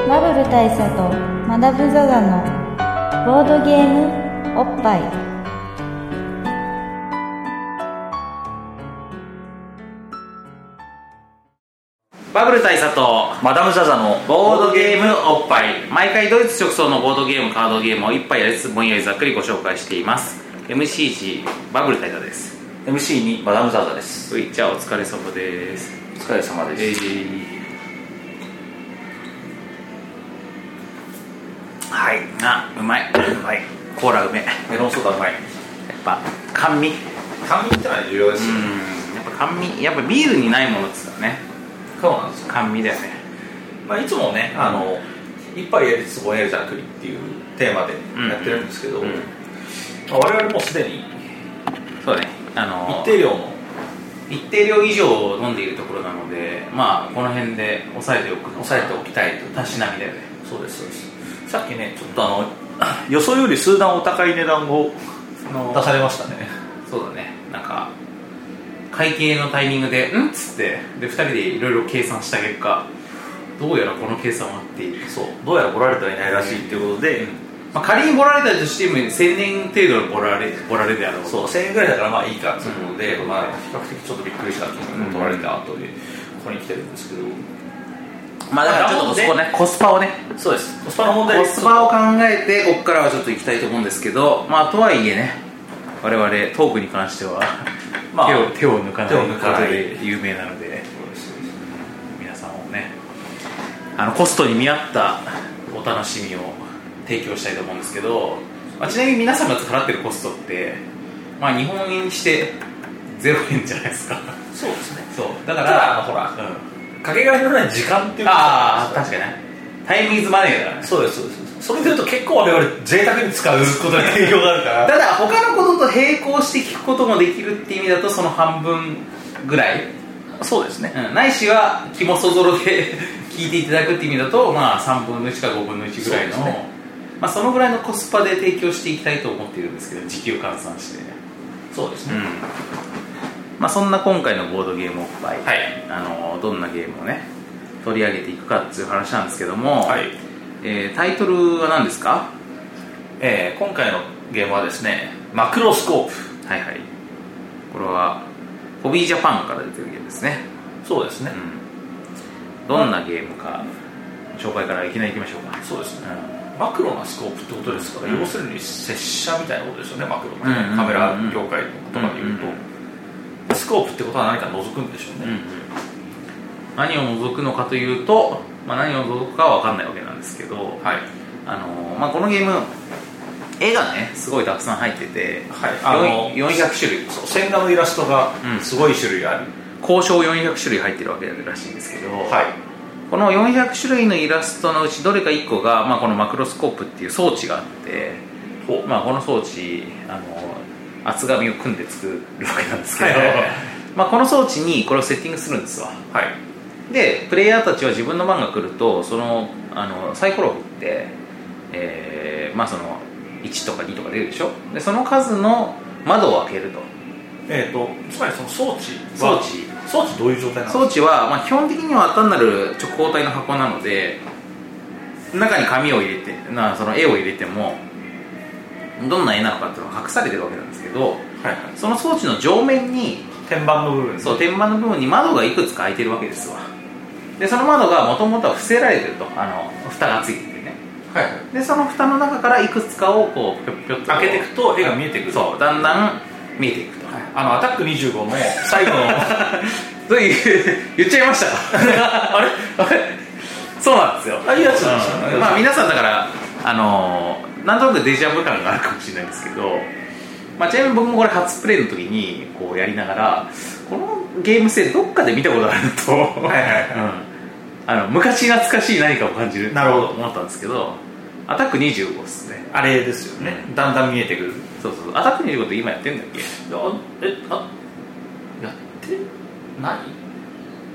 大佐とマダム・ザ・ザのボードゲームおっぱいバブル大佐とマダム・ザ・ザのボードゲームおっぱい毎回ドイツ直送のボードゲームカードゲームを一杯やりつつぼんやりざっくりご紹介しています MCG バブル大佐です MC にマダム・ザ・ザですういじゃあお疲れ様ですお疲れ様です、はいあうまいうまいコーラうめえやメロンソーダうまいっぱ甘味うん甘味ってのは重要ですよ、やっぱ甘味やっぱビールにないものっつったねそうなんですよ、甘味だよねまあ、いつもねあの一杯やりつつぼんやりじゃなくりっていうテーマでやってるんですけど、うんうんまあ我々もうすでにそうねあの一定量の一定量以上飲んでいるところなのでまあこの辺で抑えておくの抑えておきたいとたしなみだよねそうですそうですさっきねちょっとあの予想より数段お高い値段をの出されましたね そうだねなんか会計のタイミングで「ん?」っつってで2人でいろいろ計算した結果どうやらこの計算は合っている、そうどうやら来られてはいないらしいっていうことで、まあ、仮にボラれたとしても1000年程度のボラれボラれであろうそう1000円ぐらいだからまあいいかっていうことで、うんまあ、比較的ちょっとびっくりした金額を取られた後で、ここに来てるんですけどまあだからちょっとそこねコスパをねそうですコスパの問題コですスパを考えてここからはちょっといきたいと思うんですけどまあとはいえね我々トークに関しては、まあ手を手を抜かない手を抜かないことで有名なので皆さんもねあのコストに見合ったお楽しみを提供したいと思うんですけど、まあ、ちなみに皆さんが払ってるコストって、まあ、日本円にして0円じゃないですかそうですねそうだからただあのほらうん、かけがえのない時間っていうことああなん確ですかよにねタイムイズマネーだからねそうですそうですそれでいうと結構我々贅沢に使うことに影響があるからただ他のことと並行して聞くこともできるって意味だとその半分ぐらい、そうですねうん、ないしは肝そぞろで 聞いていただくって意味だとまあ3分の1か5分の1ぐらいのそそ,、うですねまあ、そのぐらいのコスパで提供していきたいと思っているんですけど時給換算して、そうですうね、んまあ、そんな今回のボードゲームおっぱい、はいあのどんなゲームをね取り上げていくかっていう話なんですけども、はいえータイトルは何ですかえー今回のゲームはですねマクロスコープはいはいこれはホビージャパンから出てるゲームですねそうですね、うんどんなゲームか紹介からいきなりいきましょうかそうですねうマクロなスコープってことですから、うん要するに拙者みたいなことですよねマクロってね、うんうんうんうんカメラ業界の言葉で言ううと、んうんスコープってことは何か覗くんでしょうね、ん何を除くのかというと、まあ、何を除くかは分かんないわけなんですけど、はいあのーまあ、このゲーム絵がねすごいたくさん入ってて、はいあのよい400種類そう線画のイラストがうんすごい種類ある、交渉400種類入ってるわけらしいんですけど、はいこの400種類のイラストのうちどれか1個が、まあ、このマクロスコープっていう装置があって、ほうまあ、この装置あの厚紙を組んで作るわけなんですけど、はいはいはいまあ、この装置にこれをセッティングするんですわはいでプレイヤーたちは自分の番が来るとそのあのサイコロを振って、えーまあ、その1とか2とか出るでしょでその数の窓を開けるとえー、とつまりその装置装は置装置どういう状態なの装置は、まあ、基本的には単なる直方体の箱なので中に紙を入れてなその絵を入れてもどんな絵なのかっていうのが隠されてるわけなんですけどはいはい、その装置の上面に天板の部分にそう天板の部分に窓がいくつか開いてるわけですわでその窓がもともとは伏せられてるとあの蓋がついててねはいはいでその蓋の中からいくつかをこうぴょっぴょっと開けていくと絵が見えてくるそうだんだん見えていくと、あのアタック25の最後のという言っちゃいました あれあれそうなんですよあいいやつなんですよねうんまあ皆さんだからあのーなんとなくデジャブ感があるかもしれないんですけど、まあ、ちなみに僕もこれ初プレイの時にこうやりながらこのゲーム性どっかで見たことあるとはいはい うんあの昔懐かしい何かを感じるなるほどと思ったんですけどアタック25ですねあれですよねだんだん見えてくるそうそうそうアタック25って今やってんだっけあえあやってな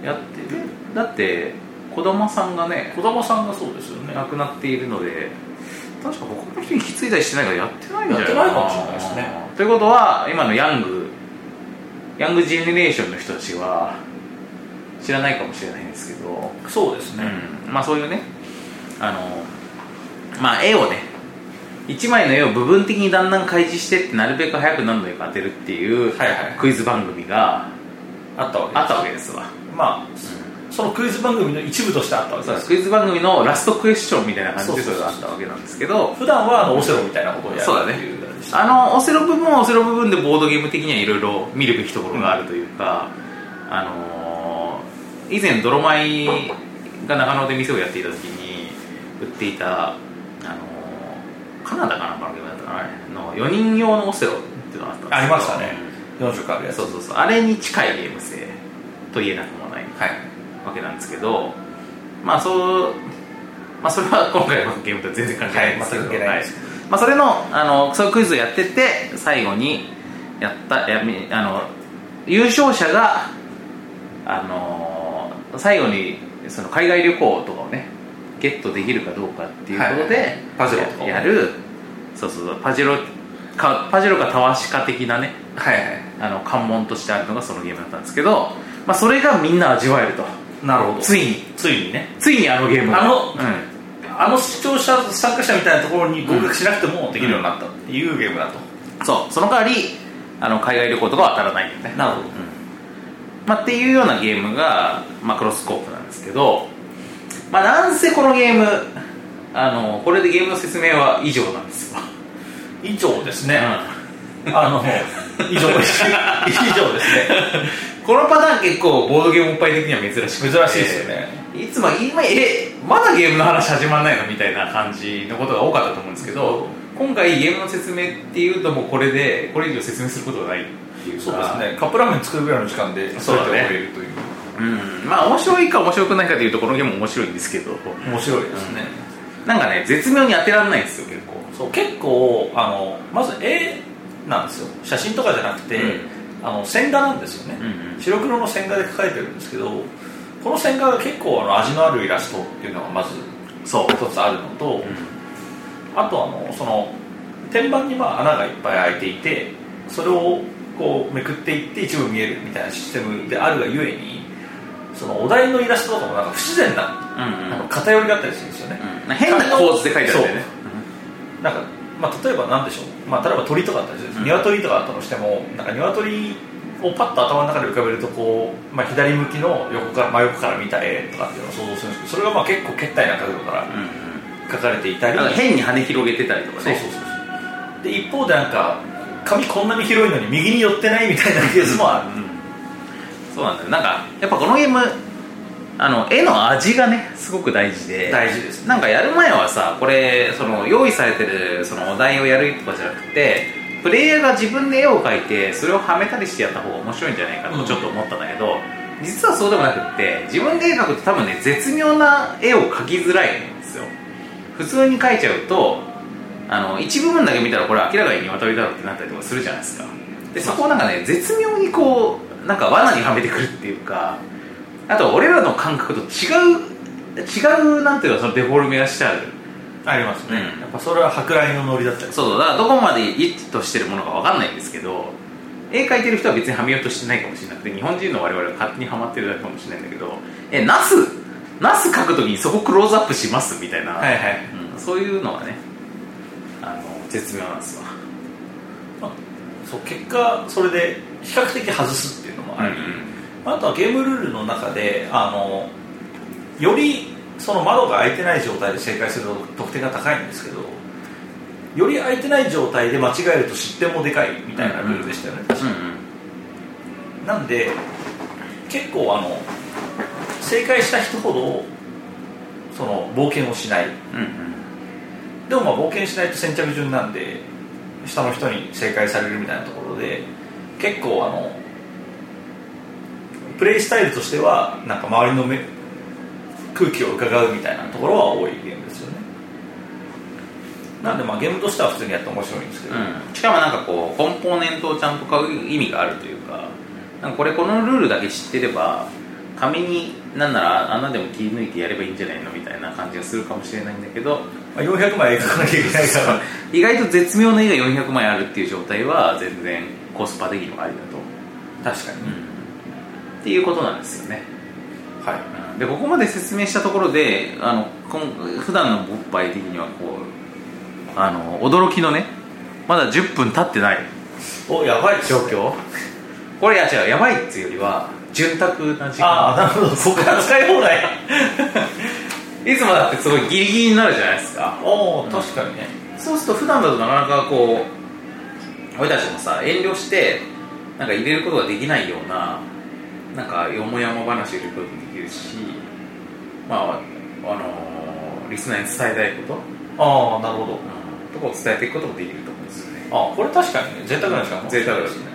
いやってるだって児玉さんがね児玉さんがそうですよねなくなっているので確か他の人に引き継いだりしてないからやってないんじゃないやってないかもしれないですねということは今のヤングヤングジェネレーションの人たちは知らないかもしれないんですけど、そうですね、まあそういうねあのまあ絵をね1枚の絵を部分的にだんだん開示してってなるべく早く何度か当てるっていうはいはいクイズ番組があったわけですあったわけですわ、まあそのクイズ番組の一部としてあったわけそうでですすクイズ番組のラストクエスチョンみたいな感じでそそうれそうそうがあったわけなんですけど普段はあのオセロみたいなことをやるそうだねっていう感じでしたあのオセロ部分はオセロ部分でボードゲーム的にはいろいろ見るべきところがあるというか、あのー以前泥米が中野で店をやっていた時に売っていた、あのーカナダかなんかのゲームだったかな、の4人用のオセロっていうのがあったんですけどありましたね40回あるやつそうそうそうあれに近いゲーム性と言えなくもないはいわけなんですけどまあそうまあそれは今回のゲームとは全然関係ないんですけど、はい全く関係ないですはいまあ、それのあのそういうクイズをやってて最後にやったやみあの優勝者があの最後にその海外旅行とかをねゲットできるかどうかっていうことで、はいパジェロとかをねやるそうそうそうパジェロかパジェロかたわしか的なねはいはいあの関門としてあるのがそのゲームだったんですけど、まあ、それがみんな味わえるとなるほどついについにねついにあのゲームがあのうんあの視聴者参加者みたいなところに合格しなくてもできるようになったっていうゲームだと、そうその代わりあの海外旅行とかは当たらないよねなるほどまあ、っていうようなゲームが、まあ、クロスコープなんですけど、まあ、なんせこのゲームあのこれでゲームの説明は以上なんですわ、以上ですね、あの 以上です 以上ですねこのパターン結構ボードゲームおっぱい的には珍しくて珍しいですよねいつも今えまだゲームの話始まんないのみたいな感じのことが多かったと思うんですけど今回ゲームの説明っていうともうこれでこれ以上説明することがないっていうかそうですねカップラーメン作るぐらいの時間でそうだね全て終えるといううんまあ面白いか面白くないかというとこのゲーム面白いんですけど面白いですね、なんかね絶妙に当てられないんですよ結構そう結構あのまず絵なんですよ写真とかじゃなくて、うんあの線画なんですよね、うんうん白黒の線画で描かれてるんですけどこの線画が結構あの味のあるイラストっていうのがまずそう一つあるのと、あとあのその天板にまあ穴がいっぱい開いていてそれをこうめくっていって一部見えるみたいなシステムであるがゆえにそのお題のイラストとかもなんか不自然なうんうんなんか偏りがあったりするんですよね、うん変な構図で書いてあるんだよねなんか、まあ、例えば何でしょう、まあ、例えば鳥とかあったりするんです、うん鶏とかあったとしてもなんか鶏をパッと頭の中で浮かべるとこう、まあ、左向きの横から真横から見た絵とかっていうのを想像するんですけどそれがまあ結構けったいな角度からうんうん描かれていたり、なんか変に羽広げてたりとかそうねそうそうそうで一方でなんか髪こんなに広いのに右に寄ってないみたいなケースもあるうんそうなんだよなんかやっぱこのゲームあの絵の味がねすごく大事で大事ですねなんかやる前はさこれその用意されてるそのお題をやるとかじゃなくてプレイヤーが自分で絵を描いてそれをはめたりしてやった方が面白いんじゃないかうとんちょっと思ったんだけど、実はそうでもなくって自分で絵描くと多分ね絶妙な絵を描きづらいんですよ普通に描いちゃうとあの一部分だけ見たらこれ明らかに鶏だろうってなったりとかするじゃないですかでそこをなんかね絶妙にこうなんか罠にはめてくるっていうかあと俺らの感覚と違う違うなんていうのそのデフォルメがしてあるありますね、うんやっぱそれは舶来のノリだったりそうそうだからどこまで一致としてるものか分かんないんですけど絵描いてる人は別にはめようとしてないかもしれなくて日本人の我々は勝手にはまってるだけかもしれないんだけどえナスナス描くときにそこクローズアップしますみたいな、はいはいうんそういうのはねあの絶妙なんですわそう結果それで比較的外すっていうのもあり、あとはゲームルールの中であのよりその窓が開いてない状態で正解すると得点が高いんですけどより開いてない状態で間違えると失点もでかいみたいなルールでしたよね、確かなんで結構あの正解した人ほどその冒険をしないうんうんうんうんでもまあ冒険しないと先着順なんで下の人に正解されるみたいなところで結構あのプレイスタイルとしてはなんか周りの目空気を伺うみたいなところは多いゲームですよねなんでまあゲームとしては普通にやって面白いんですけど、うん、しかもなんかこうコンポーネントをちゃんと買う意味があるというかなんかこれこのルールだけ知ってれば紙になんなら穴でも切り抜いてやればいいんじゃないのみたいな感じがするかもしれないんだけどまあ、400枚描かなきゃいけないから 意外と絶妙な絵が400枚あるっていう状態は全然コスパ的にもありだと、確かに、っていうことなんですよねはいでここまで説明したところであのこん普段の勃発的にはこうあの驚きのねまだ10分経ってないおやばいっす状況これいや違うやばいっていうよりは潤沢な時間ああなるほどそこから使い放題いつもだってすごいギリギリになるじゃないですかおお確かにねそうすると普段だとなかなかこう俺たちもさ遠慮してなんか入れることができないようななんかよもやま話を入れることもできるしまああのリスナーに伝えたいこと、ああなるほどとかを伝えていくこともできると思うんですよねあこれ確かにね贅沢な時間贅沢ですね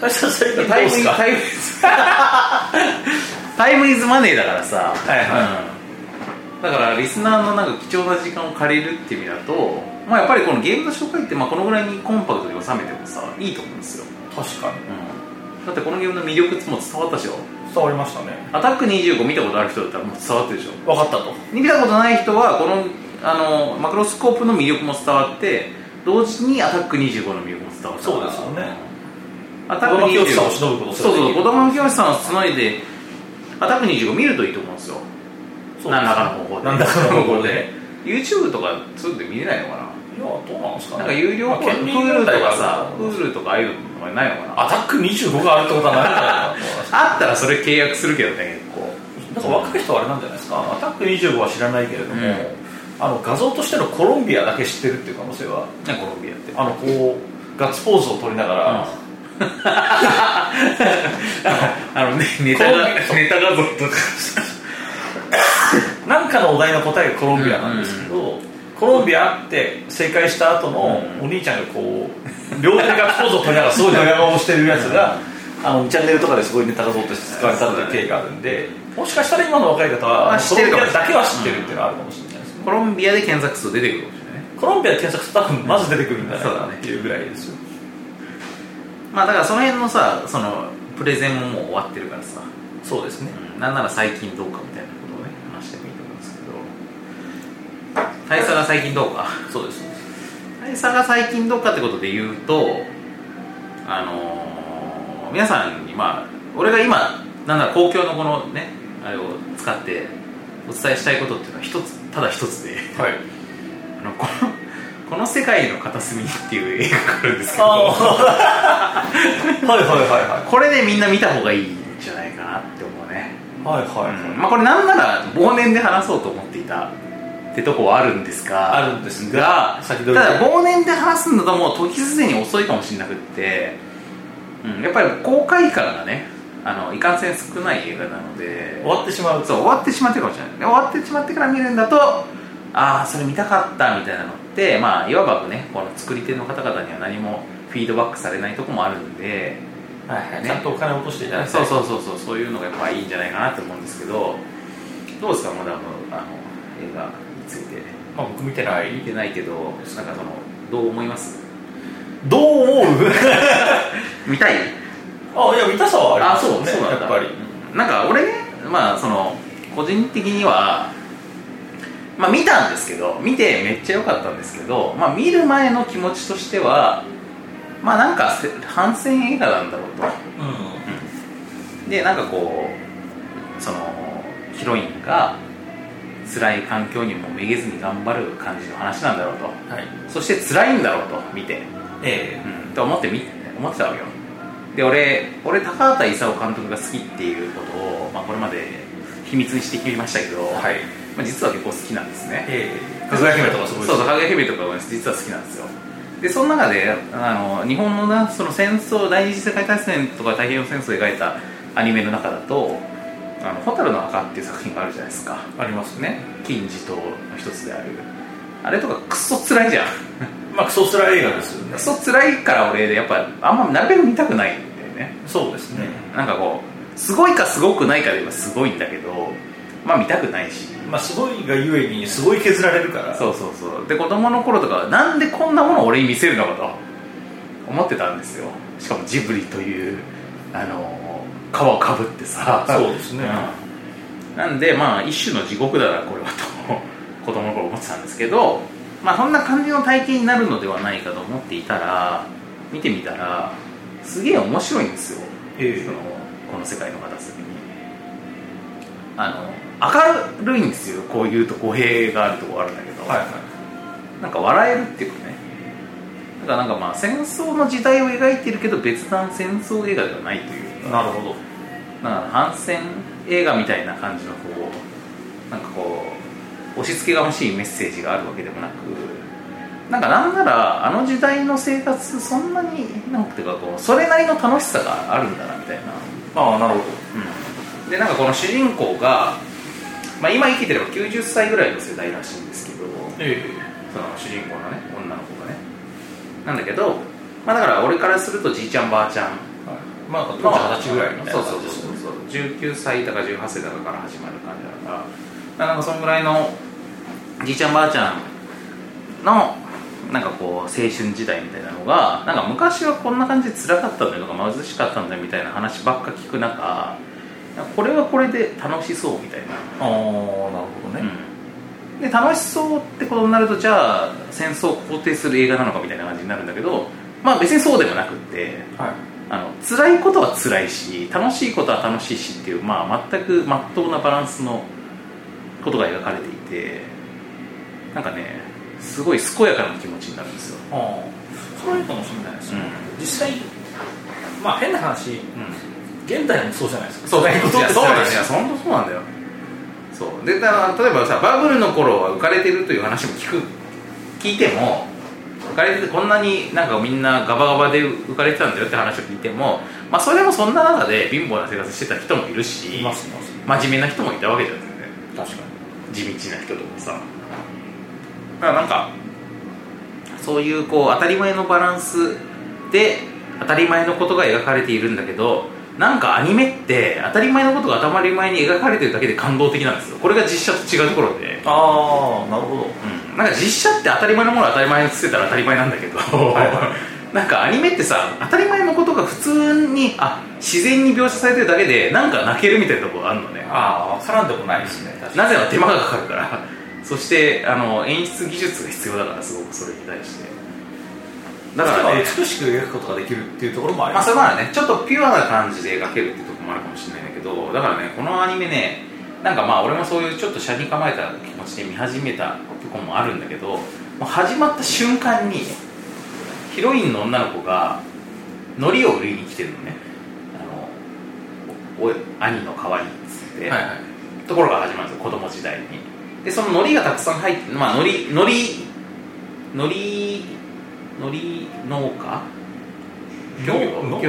大した最近どうタイでムイすズかタイムイズタイムイズマネーだからさはいはうんだからリスナーのなんか貴重な時間を借りるっていう意味だと、まあ、やっぱりこのゲームの紹介ってまあこのぐらいにコンパクトに収めてもさいいと思うんですよ、確かにだってこのゲームの魅力も伝わったでしょ伝わりましたねアタック25見たことある人だったらもう伝わってるでしょ分かったと見たことない人はこのあのマクロスコープの魅力も伝わって同時にアタック25の魅力も伝わったそうですよねアタッ子ク供教師25さんをしのぶことすそるうそう子そう供の教師さんをつないでアタック25見るといいと思うんですよそう何らかの方法で何らかの方 法で YouTube とかそういうので見れないのかないやどうなんですかねなんか有料まあプー権利ル問と題がかあさるプールとかああいうのとかないのかなアタック25があるってことはないんじゃ ないかなと思いますあったらそれ契約するけどね結構なんか若い人はあれなんじゃないですかアタック25は知らないけれども、うんあの画像としてのコロンビアだけ知ってるっていう可能性はねコロンビアってあのこうガッツポーズを取りながら、あのねネタがコロンビアネタ画像とかなんかのお題の答えがコロンビアなんですけど、コロンビアって正解した後のうんお兄ちゃんがこう両手でガッツポーズを取りながらすごいドヤ顔をしてるやつが、あのチャンネルとかですごいネタ画像として使われたっていう経緯があるんで、もしかしたら今の若い方は、あ知ってるかもしれコロンビアないだけは知ってるっていうのはあるかもしれないですね、コロンビアで検索すると出てくるかもしれないねコロンビアで検索すると多分まず出てくるんじゃないかそうだなねっていうぐらいですよ、まあだからその辺のさそのプレゼンももう終わってるからさそうですねうんなんなら最近どうかみたいなことをね話してもいいと思うんですけど大佐が最近どうかそうですね大佐が最近どうかってことで言うとあのー皆さんにまあ俺が今なんなら公共のこのねあれを使ってお伝えしたいことっていうのは一つただ一つで はいあのこの「この世界の片隅に」っていう映画があるんですけあのどはいはいはいはいこれでみんな見た方がいいんじゃないかなって思うねはいはいはい、まあ、これなんなら忘年で話そうと思っていたってとこはあるんですがあるんですが先た取りでだ忘年で話すんだともう時すでに遅いかもしれなくって、うん、やっぱり公開感がねあのいかんせん少ない映画なので終わってしまうそう終わってしまってるかもしれないで終わってしまってから見るんだとああそれ見たかったみたいなのってまあいわばねこの作り手の方々には何もフィードバックされないとこもあるんではいはいねちゃんとお金を落としていただきたそいうそうそうそうそういうのがやっぱいいんじゃないかなと思うんですけどどうですかもうあのあの映画についてまあ、僕見てない見てないけどなんかそのどう思いますどう思う見たいあいや見たさはありますよねなんやだっぱりうんなんか俺ねまあその個人的にはまあ見たんですけど見てめっちゃ良かったんですけどまあ見る前の気持ちとしてはまあなんかせ反戦映画なんだろうとうでなんかこうそのヒロインが辛い環境にもめげずに頑張る感じの話なんだろうとんはいそして辛いんだろうと見て、えうん、と思ってみ思ってたわけよで俺俺高畑勲監督が好きっていうことを、まあ、これまで秘密にしてきましたけど、えはいまあ、実は結構好きなんですねええかぐや姫とかすごいそうそうう「かぐや姫」とかは実は好きなんですよでその中であの日本のなその戦争第二次世界大戦とか太平洋戦争を描いたアニメの中だと「あの蛍の墓」っていう作品があるじゃないですかありますねね金字塔の一つであるあれとかクソ辛いじゃんまあクソスラ映画ですよねクソ辛いから俺やっぱあんまなるべく見たくないんだよねそうですね、なんかこうすごいかすごくないかで言えばすごいんだけどまあ見たくないしまあすごいがゆえにすごい削られるからそうそうそうで子供の頃とかはなんでこんなものを俺に見せるのかと思ってたんですよしかもジブリというあの皮をかぶってさそうですねうんなんでまあ一種の地獄だなこれはと 子供の頃思ってたんですけどまあそんな感じの体験になるのではないかと思っていたら見てみたらすげえ面白いんですよええそのこの世界の片隅にあの明るいんですよこういうと語弊があるとこあるんだけど、はいはいなんか笑えるっていうかねだからなんかまあ戦争の時代を描いてるけど別段戦争映画ではないというかなるほどなんか反戦映画みたいな感じのこうなんかこう押し付けがましいメッセージがあるわけでもなくなんかなんならあの時代の生活そんなになんていうかこうそれなりの楽しさがあるんだなみたいな、ああなるほうん、でなんかこの主人公が、まあ、今生きてれば90歳ぐらいの世代らしいんですけどどえその主人公のね女の子がねなんだけど、まあ、だから俺からするとじいちゃんばあちゃんえまあなんまかあ当時二十歳ぐらいみたいなそう感じそうですそうねそう19歳だか18歳だかから始まる感じだからだからなんかそのぐらいのじいちゃんばあちゃんのなんかこう青春時代みたいなのがなんか昔はこんな感じで辛かったんだよとか貧しかったんだよみたいな話ばっか聞く中なんかこれはこれで楽しそうみたいなああなるほどねうんで楽しそうってことになるとじゃあ戦争を肯定する映画なのかみたいな感じになるんだけどまあ別にそうでもなくってはいあの辛いことは辛いし楽しいことは楽しいしっていう、まあ、全くまっとうなバランスのことが描かれていてなんかねすごい健やかな気持ちになるんですよ、ああそれはいいかもしれないですね実際まあ変な話うん現代もそうじゃないですかそうだよことってそうなんだよ本当そうなんだよそうでだから例えばさバブルの頃は浮かれてるという話も聞く聞いても浮かれててこんなになんかみんなガバガバで浮かれてたんだよって話を聞いても、まあ、それもそんな中で貧乏な生活してた人もいるしいますいます真面目な人もいたわけじゃないですかね確か地道な人とかさだからなんかそういうこう当たり前のバランスで当たり前のことが描かれているんだけどなんかアニメって当たり前のことが当たり前に描かれてるだけで感動的なんですよこれが実写と違うところで、にああなるほどうん、なんか実写って当たり前のものは当たり前に映ってたら当たり前なんだけど なんかアニメってさ当たり前のことが普通にあ自然に描写されてるだけでなんか泣けるみたいなところがあるのねああ分からんでもないですね確かになぜは手間がかかるからそしてあの演出技術が必要だからすごくそれに対してだからね美しく描くことができるっていうところもありまあますそれはねちょっとピュアな感じで描けるってとこもあるかもしれないんだけどだからねこのアニメねなんかまあ俺もそういうちょっと斜に構えた気持ちで見始めたとこもあるんだけどもう始まった瞬間にヒロインの女の子が海苔を売りに来てるのねあのおお兄の代わりにっつって、はいはいところが始まるんですよ子供時代にでその海苔がたくさん入ってまあ海苔海苔海苔海苔農家漁業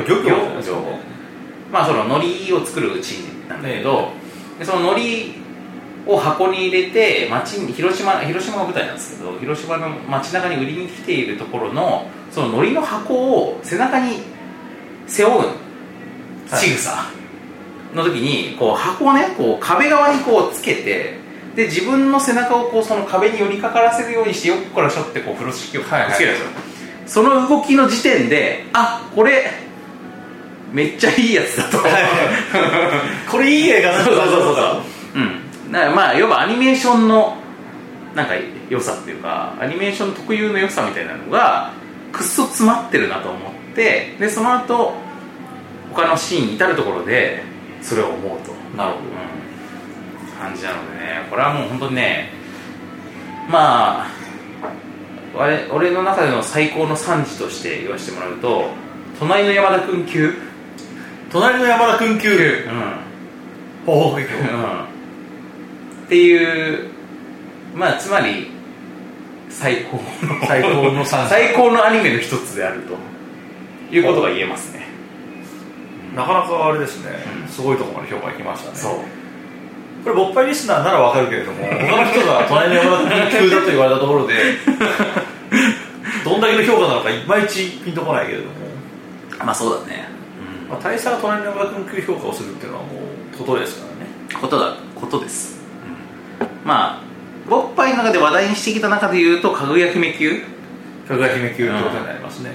漁業業業まあその海苔を作るうちなんだけど、でその海苔を箱に入れて町に広島広島が舞台なんですけど広島の街中に売りに来ているところのその海苔の箱を背中に背負うはい仕草の時にこう箱をねこう壁側にこうつけてで自分の背中をこうその壁に寄りかからせるようにしてよっこらしょってこう風呂敷をつけるんですよ、その動きの時点であこれめっちゃいいやつだと これいい映画だそうそうそうそううんだからまあいわばアニメーションのなんか良さっていうかアニメーション特有の良さみたいなのがくっそ詰まってるなと思ってでその後他のシーンに至るところでそれを思うと、なるほうん感じなのでねこれはもう本当にねまあ我俺の中での最高の賛辞として言わせてもらうと隣の山田君級、隣の山田君級うんおおいいようんっていうまあつまり最高の最高の三最高のアニメの一つであるということが言えますねなかなかあれですねうんすごいところまで評価いきましたねそうこれ勃発リスナーならわかるけれど も他の人が隣の山田君級だと言われたとこ ろでどんだけの評価なのかいまいちピンとこないけれども、まあそうだね、まあ、大佐が隣の山田君級評価をするっていうのはもうことですからねことだことです、まあボッパイの中で話題にしてきた中で言うとかぐや姫級かぐや姫級ってことになりますね、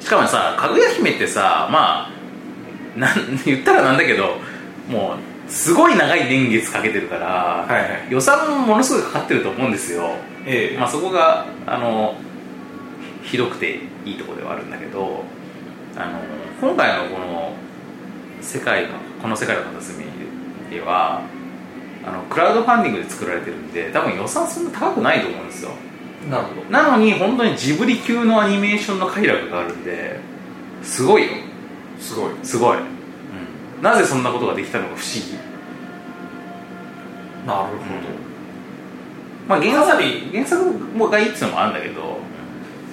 しかもさかぐや姫ってさまあなん 言ったらなんだけどもうすごい長い年月かけてるから、はいはい予算もものすごいかかってると思うんですよええまあ、そこがあのひどくていいとこではあるんだけどあの今回のこの世界のこの世界の片隅ではあのクラウドファンディングで作られてるんで多分予算そんな高くないと思うんですよなるほどなのに本当にジブリ級のアニメーションの快楽があるんですごいよすごいすごい、なぜそんなことができたのか不思議なるほど、まあ原作原作もがいいっていうのもあるんだけど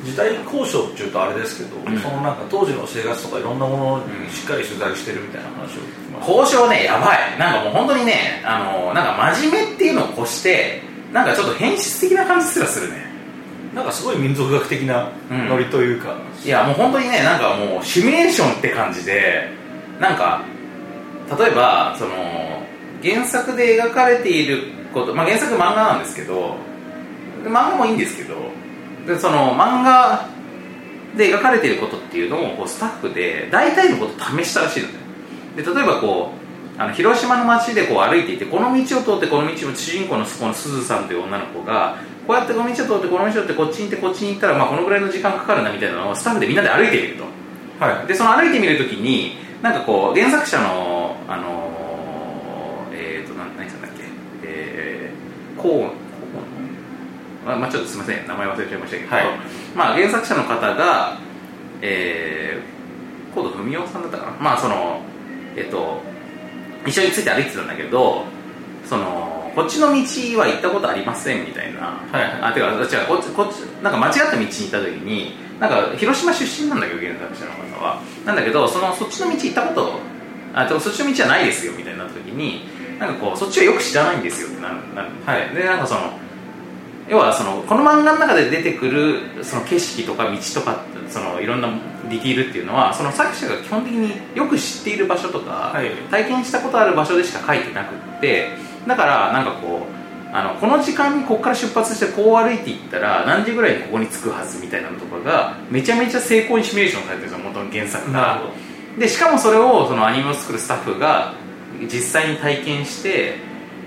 時代交渉っていうとあれですけど、んそのなんか当時の生活とかいろんなものにしっかり取材してるみたいな話を聞きました、交渉ねやばいなんかもう本当にねあのなんか真面目っていうのを越してなんかちょっと変質的な感じすらするねなんかすごい民族学的なうんノリというか、いやもう本当にねなんかもうシミュレーションって感じでなんか例えばその原作で描かれていること、まあ、原作漫画なんですけどで漫画もいいんですけどでその漫画で描かれていることっていうのをこうスタッフで大体のことを試したらしいのねで例えばこうあの広島の街でこう歩いていてこの道を通ってこの道を主人公のそこのすずさんという女の子がこうやってこの道を通ってこの道を通ってこっちに行ってこっちに行ったらまあこのぐらいの時間かかるなみたいなのをスタッフでみんなで歩いてみるとはいでその歩いてみるときになんかこう原作者のあのーえっ、とな何さんだっけえー、こうこうまあ、まあ、ちょっとすみません名前忘れちゃいましたけど、はいまあ原作者の方がえー、高度文雄さんだったかなまあそのえっ、と一緒について歩いてたんだけどそのこっちの道は行ったことありませんみたいな、はいはいあてか違うこっちこっちなんか間違った道に行った時になんか広島出身なんだけど原作者の方はなんだけどそのそっちの道行ったことあでもそっちの道はないですよみたいになった時になんかこうそっちはよく知らないんですよってなるなる、はい、でなんかその要はそのこの漫画の中で出てくるその景色とか道とかそのいろんなディティールっていうのはその作者が基本的によく知っている場所とか、はい体験したことある場所でしか書いてなくってだからなんかこうあのこの時間にここから出発してこう歩いていったら何時ぐらいにここに着くはずみたいなのとかがめちゃめちゃ精巧にシミュレーションされてるんですよ元の原作ながるほでしかもそれをそのアニメを作るスタッフが実際に体験して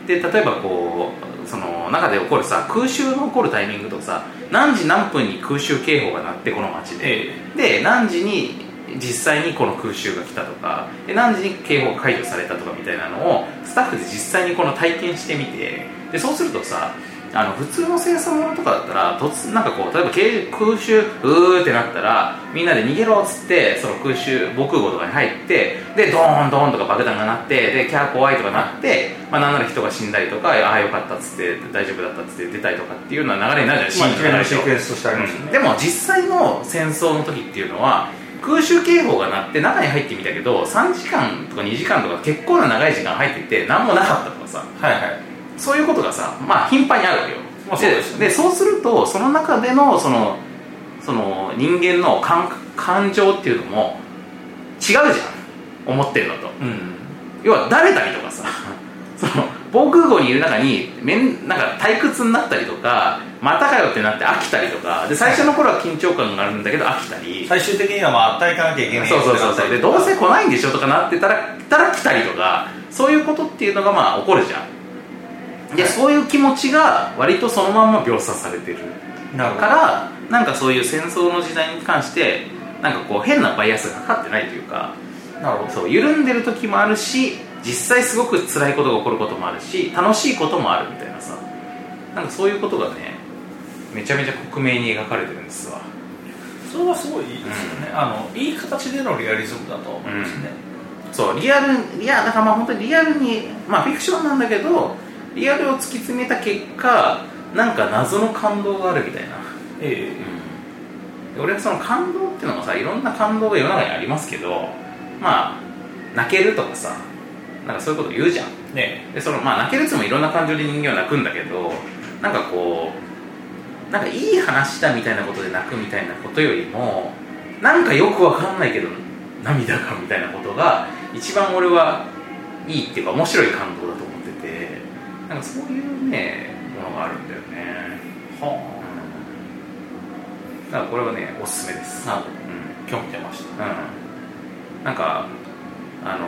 で例えばこうその中で起こるさ空襲の起こるタイミングとかさ何時何分に空襲警報が鳴ってこの街で、えで何時に実際にこの空襲が来たとかで何時に警報が解除されたとかみたいなのをスタッフで実際にこの体験してみてでそうするとさあの普通の戦争ものとかだったら突なんかこう例えばけ空襲うーってなったらみんなで逃げろっつってその空襲防空壕とかに入ってでドーンドーンとか爆弾が鳴ってでキャー怖いとかなって、まあなんなら人が死んだりとかああよかったっつって大丈夫だったっつって出たりとかっていうような流れになるじまゃあない一連のシークエンススとしてありますよね、でも実際の戦争の時っていうのは空襲警報が鳴って中に入ってみたけど3時間とか2時間とか結構な長い時間入ってて何もなかったとかさはいはいそういうことがさまあ頻繁にあるわけよ、まあそうですよねでそうするとその中でのそのその人間の感感情っていうのも違うじゃん思ってるのとうん要はだれたりとかさ その防空壕にいる中にめんなんか退屈になったりとかまたかよってなって飽きたりとかで最初の頃は緊張感があるんだけど飽きたり最終的にはまあ与えかなきゃいけないそうそうそうそうでどうせ来ないんでしょとかなってたらたら来たりとかそういうことっていうのがまあ起こるじゃんでそういう気持ちが割とそのまんま描写されてるなるかほどらなんかそういう戦争の時代に関してなんかこう変なバイアスがかかってないというかなるほどそう緩んでる時もあるし実際すごく辛いことが起こることもあるし楽しいこともあるみたいなさなんかそういうことがねめちゃめちゃ克明に描かれてるんですわそれはすごいいいですよね、あのいい形でのリアリズムだと思いますね、そうリアルいやだからまあ本当にリアルにまあフィクションなんだけどリアルを突き詰めた結果なんか謎の感動があるみたいな、えで俺はその感動っていうのもさいろんな感動が世の中にありますけどまあ泣けるとかさなんかそういうこと言うじゃんえねでそのまあ泣けるっつってもいろんな感情で人間は泣くんだけどなんかこうなんかいい話だみたいなことで泣くみたいなことよりもなんかよくわかんないけど涙がみたいなことが一番俺はいいっていうか面白い感動だと思っててなんかそういうねものがあるんだよねはあだからこれはねおすすめですなるほどうん今日見てましたうんなんかあのー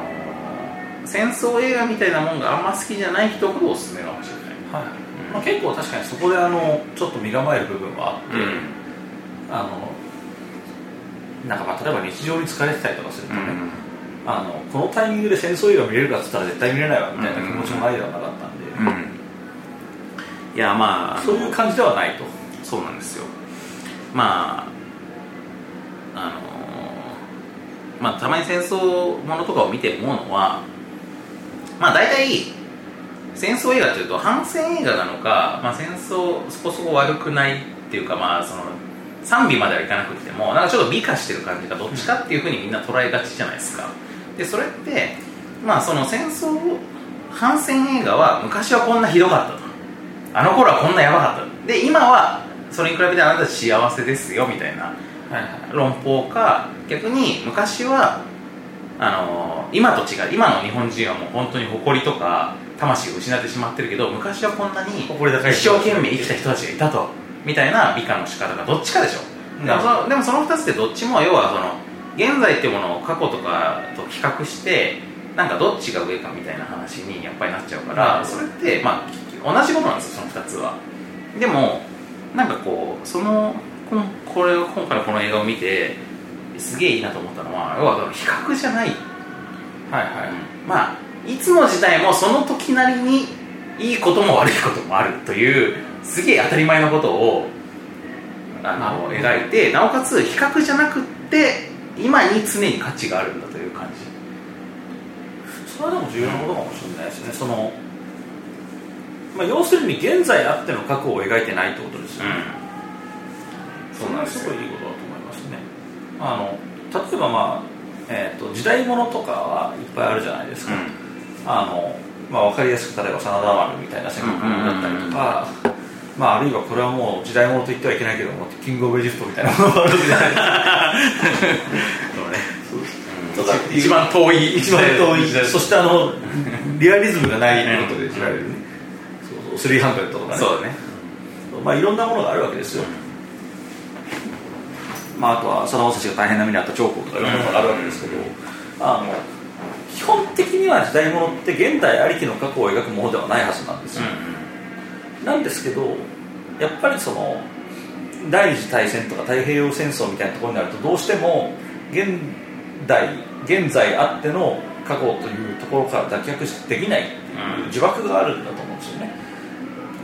戦争映画みたいなもんがあんま好きじゃない人ほどおすすめかもしれないはいまあ、結構確かにそこであのちょっと身構える部分はあって、あのなんかまあ例えば日常に疲れてたりとかするとね、あのこのタイミングで戦争映画見れるかっつったら絶対見れないわみたいな気持ちもないではなかったんで、うんいやまああのそういう感じではないとそうなんですよまああのまあたまに戦争ものとかを見て思うのはまあ大体戦争映画というと反戦映画なのか、まあ、戦争そこそこ悪くないっていうかまあその賛美まではいかなくてもなんかちょっと美化してる感じがどっちかっていうふうにみんな捉えがちじゃないですかでそれってまあその戦争を反戦映画は昔はこんなひどかったとあの頃はこんなやばかったで今はそれに比べてあなた幸せですよみたいなはいはい論法か逆に昔はあの今と違う今の日本人はもう本当に誇りとか魂を失ってしまってるけど昔はこんなに誇り高い一生懸命生きた人たちがいたとみたいな美化の仕方がどっちかでしょ、うんだからそのでもその2つってどっちも要はその現在っていうものを過去とかと比較してなんかどっちが上かみたいな話にやっぱりなっちゃうから、うんそれってまあ同じことなんですよその2つはでもなんかこうそのこのこれを今回のこの映画を見てすげえいいなと思ったのは要はその比較じゃないはいはいまあいつの時代もその時なりにいいことも悪いこともあるというすげえ当たり前のことをあのなるほど描いてなおかつ比較じゃなくって今に常に価値があるんだという感じそれはでも重要なことかもしれないですねその、まあ、要するに現在あっての過去を描いてないってことですよね、そうなんですそよれはすごいいいことだと思いますねあの例えばまあ、えー、と時代物とかはいっぱいあるじゃないですか、あのまあ、分かりやすく例えば真田丸みたいな戦国物だったりとか、まあ、あるいはこれはもう時代物と言ってはいけないけどもキングオブエジプトみたいなものがあるじゃないですかうん一番遠い 一番遠い時代 そしてあのリアリズムがないことで知られるね、そうそう300とかねそうだねまあ、いろんなものがあるわけですよ、まあ、あとは佐田正史が大変な目にあった長江とかいろんなものがあるわけですけど、あの基本的には時代物って現代ありきの過去を描くものではないはずなんですよ、なんですけどやっぱりその第二次大戦とか太平洋戦争みたいなところになるとどうしても現代現在あっての過去というところから脱却できないっていう呪縛があるんだと思うんですよね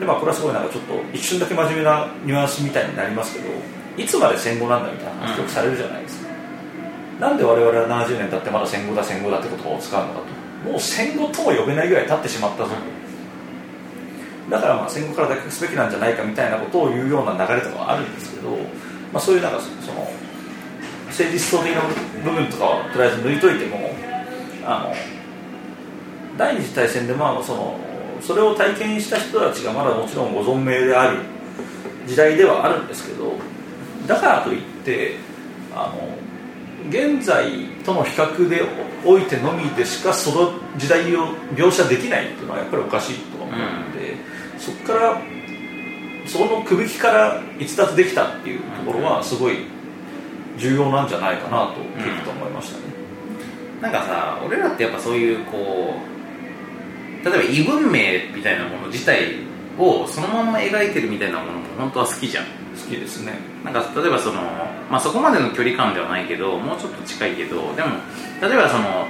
でまあこれはすごいなんかちょっと一瞬だけ真面目なニュアンスみたいになりますけどいつまで戦後なんだみたいな話よくされるじゃないですか、なんで我々は70年経ってまだ戦後だ戦後だって言葉を使うのかともう戦後とも呼べないぐらい経ってしまったぞ、だからまあ戦後から脱却すべきなんじゃないかみたいなことを言うような流れとかはあるんですけど、まあ、そういうなんかそその政治思想的な部分とかはとりあえず抜いといてもあの第二次大戦でまあそのそれを体験した人たちがまだもちろんご存命である時代ではあるんですけどだからといってあの現在との比較でおいてのみでしかその時代を描写できないっていうのはやっぱりおかしいとは思うので、そこからその区引きから逸脱できたっていうところはすごい重要なんじゃないかなと聞いてて思いましたね。なんかさ俺らってやっぱそういうこう例えば異文明みたいなもの自体をそのまま描いてるみたいなものも本当は好きじゃん好きですね。なんか例えばその、まあ、そこまでの距離感ではないけどもうちょっと近いけどでも例えばその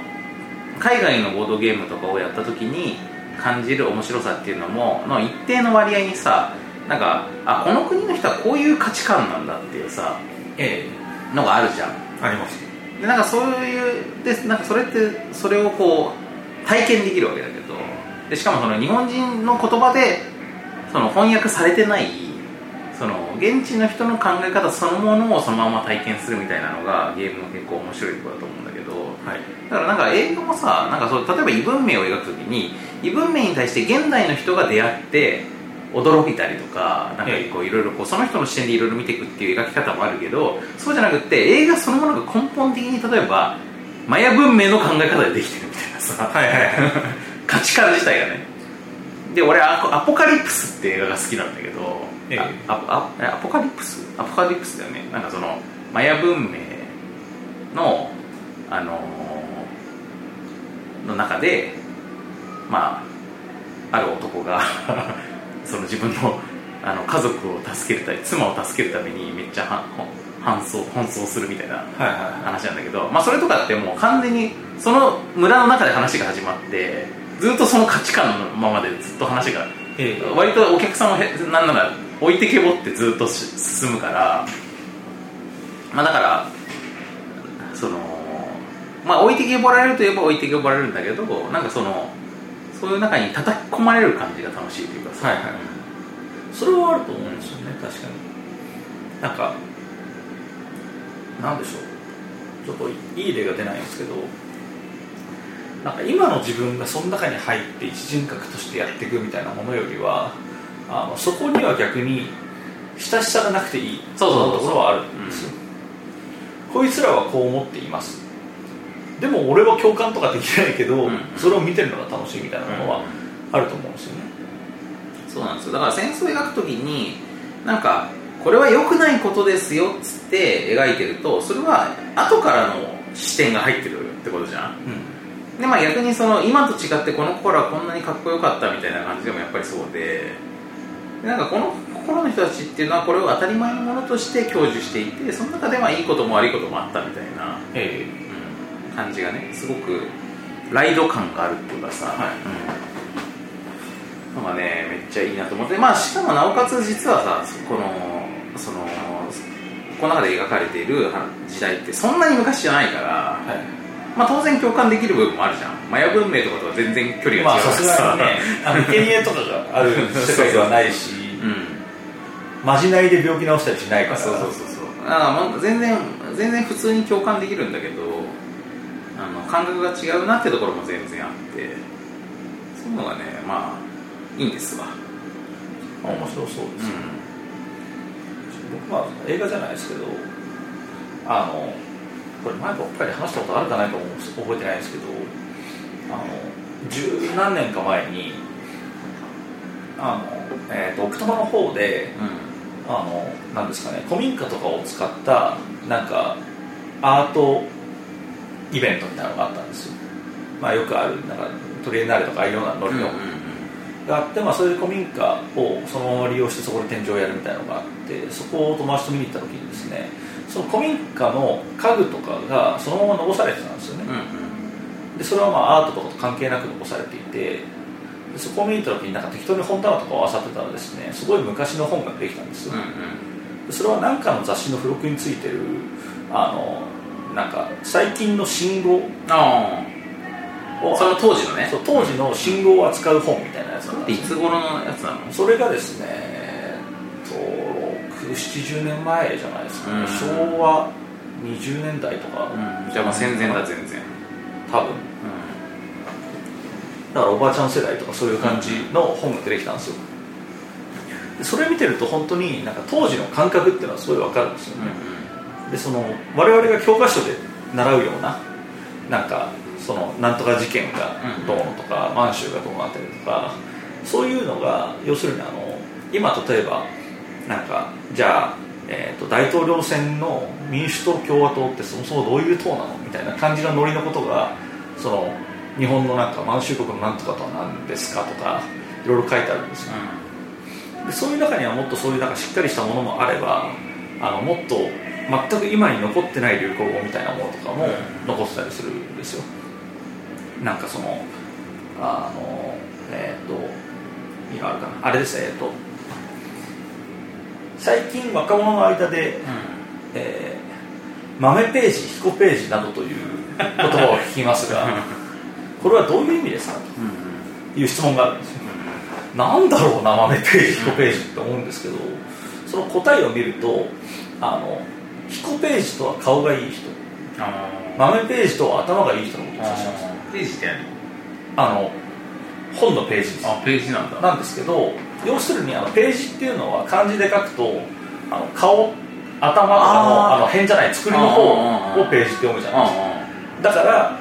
海外のボードゲームとかをやった時に感じる面白さっていうのもの一定の割合にさなんかあこの国の人はこういう価値観なんだっていうさえのがあるじゃんえ、あります。でなんかそういうでなんかそれってそれをこう体験できるわけだけどでしかもその日本人の言葉でその翻訳されてないその現地の人の考え方そのものをそのまま体験するみたいなのがゲームの結構面白いところだと思うんだけどはい。だからなんか映画もさなんかそう例えば異文明を描くときに異文明に対して現代の人が出会って驚いたりとかなんかええこういろいろこうその人の視点でいろいろ見ていくっていう描き方もあるけどそうじゃなくって映画そのものが根本的に例えばマヤ文明の考え方でできてるみたいなさ、はいはいは 価値観自体がねで俺アコアポカリプスって映画が好きなんだけど、ええあああアポカリプスアポカリプスだよねなんかそのマヤ文明のあのーの中でまあある男が その自分のあの家族を助けるため妻を助けるためにめっちゃは搬送奔走するみたいなはいは話なんだけど、まあ、それとかってもう完全にその村の中で話が始まってずっとその価値観のままでずっと話がええ割とお客さんをへなんなら置いてけぼってずっとし進むからまあだからそのまあ置いてけぼられるといえば置いてけぼられるんだけどなんかそのそういう中に叩き込まれる感じが楽しいというかさはいはいそれはあると思うんですよね確かになんかなんでしょうちょっといい例が出ないんですけどなんか今の自分がその中に入って一人格としてやっていくみたいなものよりはあのそこには逆に親しさがなくていいそうそうそうそうところはあるんですよ、こいつらはこう思っていますでも俺は共感とかできないけど、うんそれを見てるのが楽しいみたいなものはうんあると思うんですよね、そうなんですよだから戦争を描くときになんかこれは良くないことですよっつって描いてるとそれは後からの視点が入ってるってことじゃんうんでまあ逆にその今と違ってこの頃はこんなにかっこよかったみたいな感じでもやっぱりそうででなんかこの心の人たちっていうのはこれを当たり前のものとして享受していてその中でまあいいことも悪いこともあったみたいな、ええうん感じがねすごくライド感があるっていうかさ、はいうん、なんかねめっちゃいいなと思ってまあしかもなおかつ実はさこのそのこの中で描かれている時代ってそんなに昔じゃないから、はいまあ、当然共感できる部分もあるじゃんマヤ文明とかとは全然距離まがあ違うかさらすがにね、 あの生贄とかがある世界ではないし、うんまじないで病気治したりしないから、そうそうそうそうだからまあ全然全然普通に共感できるんだけどあの感覚が違うなってところも全然あってそういうのがねまあいいんですわ面白そうです、う僕は映画じゃないですけど、あのこれ、前ばっかり話したことあるかないかも覚えてないですけど、あの十何年か前に、あのえー、と奥多摩の方で、んあのなんですかね古民家とかを使ったなんかアートイベントみたいなのがあったんですよ、まあ、よくあるなんかトリエンナーレとかああいうようなノうリんのがあって、まあ、そういう古民家をそのまま利用してそこで天井をやるみたいなのがあってそこを友達と見に行った時にですねその古民家の家具とかがそのまま残されてたんですよね、うんうんでそれはまあアートとかと関係なく残されていてでそこを見に行った時になんか適当に本棚とかを漁ってたらですねすごい昔の本ができたんですよ、それは何かの雑誌の付録についてるあのなんか最近の新語をああその当時のねそう当時の新語を扱う本みたいなやつなんいですつ頃のやつなのそれがですねえっと670年前じゃないですか、うん昭和20年代とか、うんじゃあまあ戦前だ全然多分だからおばあちゃん世代とかそういう感じの本が出てきたんですよでそれ見てると本当になんか当時の感覚っていうのはすごいわかるんですよね、でその我々が教科書で習うようななんかそのなんとか事件がうんどうのとか、満州がどうなってるとかそういうのが要するにあの今例えばなんかじゃあ、えー、と大統領選の民主党共和党ってそもそもどういう党なのみたいな感じのノリのことがその日本のなんか満州国のなんとかとは何ですかとかいろいろ書いてあるんですよでそういう中にはもっとそういうなんかしっかりしたものもあればあのもっと全く今に残ってない流行語みたいなものとかもうん残ってたりするんですよなんかそのあのえっ、と今あるかなあれですえっ、と最近若者の間で、えー豆ページ彦ページなどという言葉を聞きますが これはどういう意味ですかうんうんうんという質問があるんですよなんだろうな豆ページヒコページって思うんですけどその答えを見るとあのヒコページとは顔がいい人ああ豆ページとは頭がいい人のことを指しますページってやるあの本のページですあページなんだなんですけど要するにあのページっていうのは漢字で書くとあの顔頭とかのあーあの辺じゃない作りのあー方をページって読むじゃないですかだから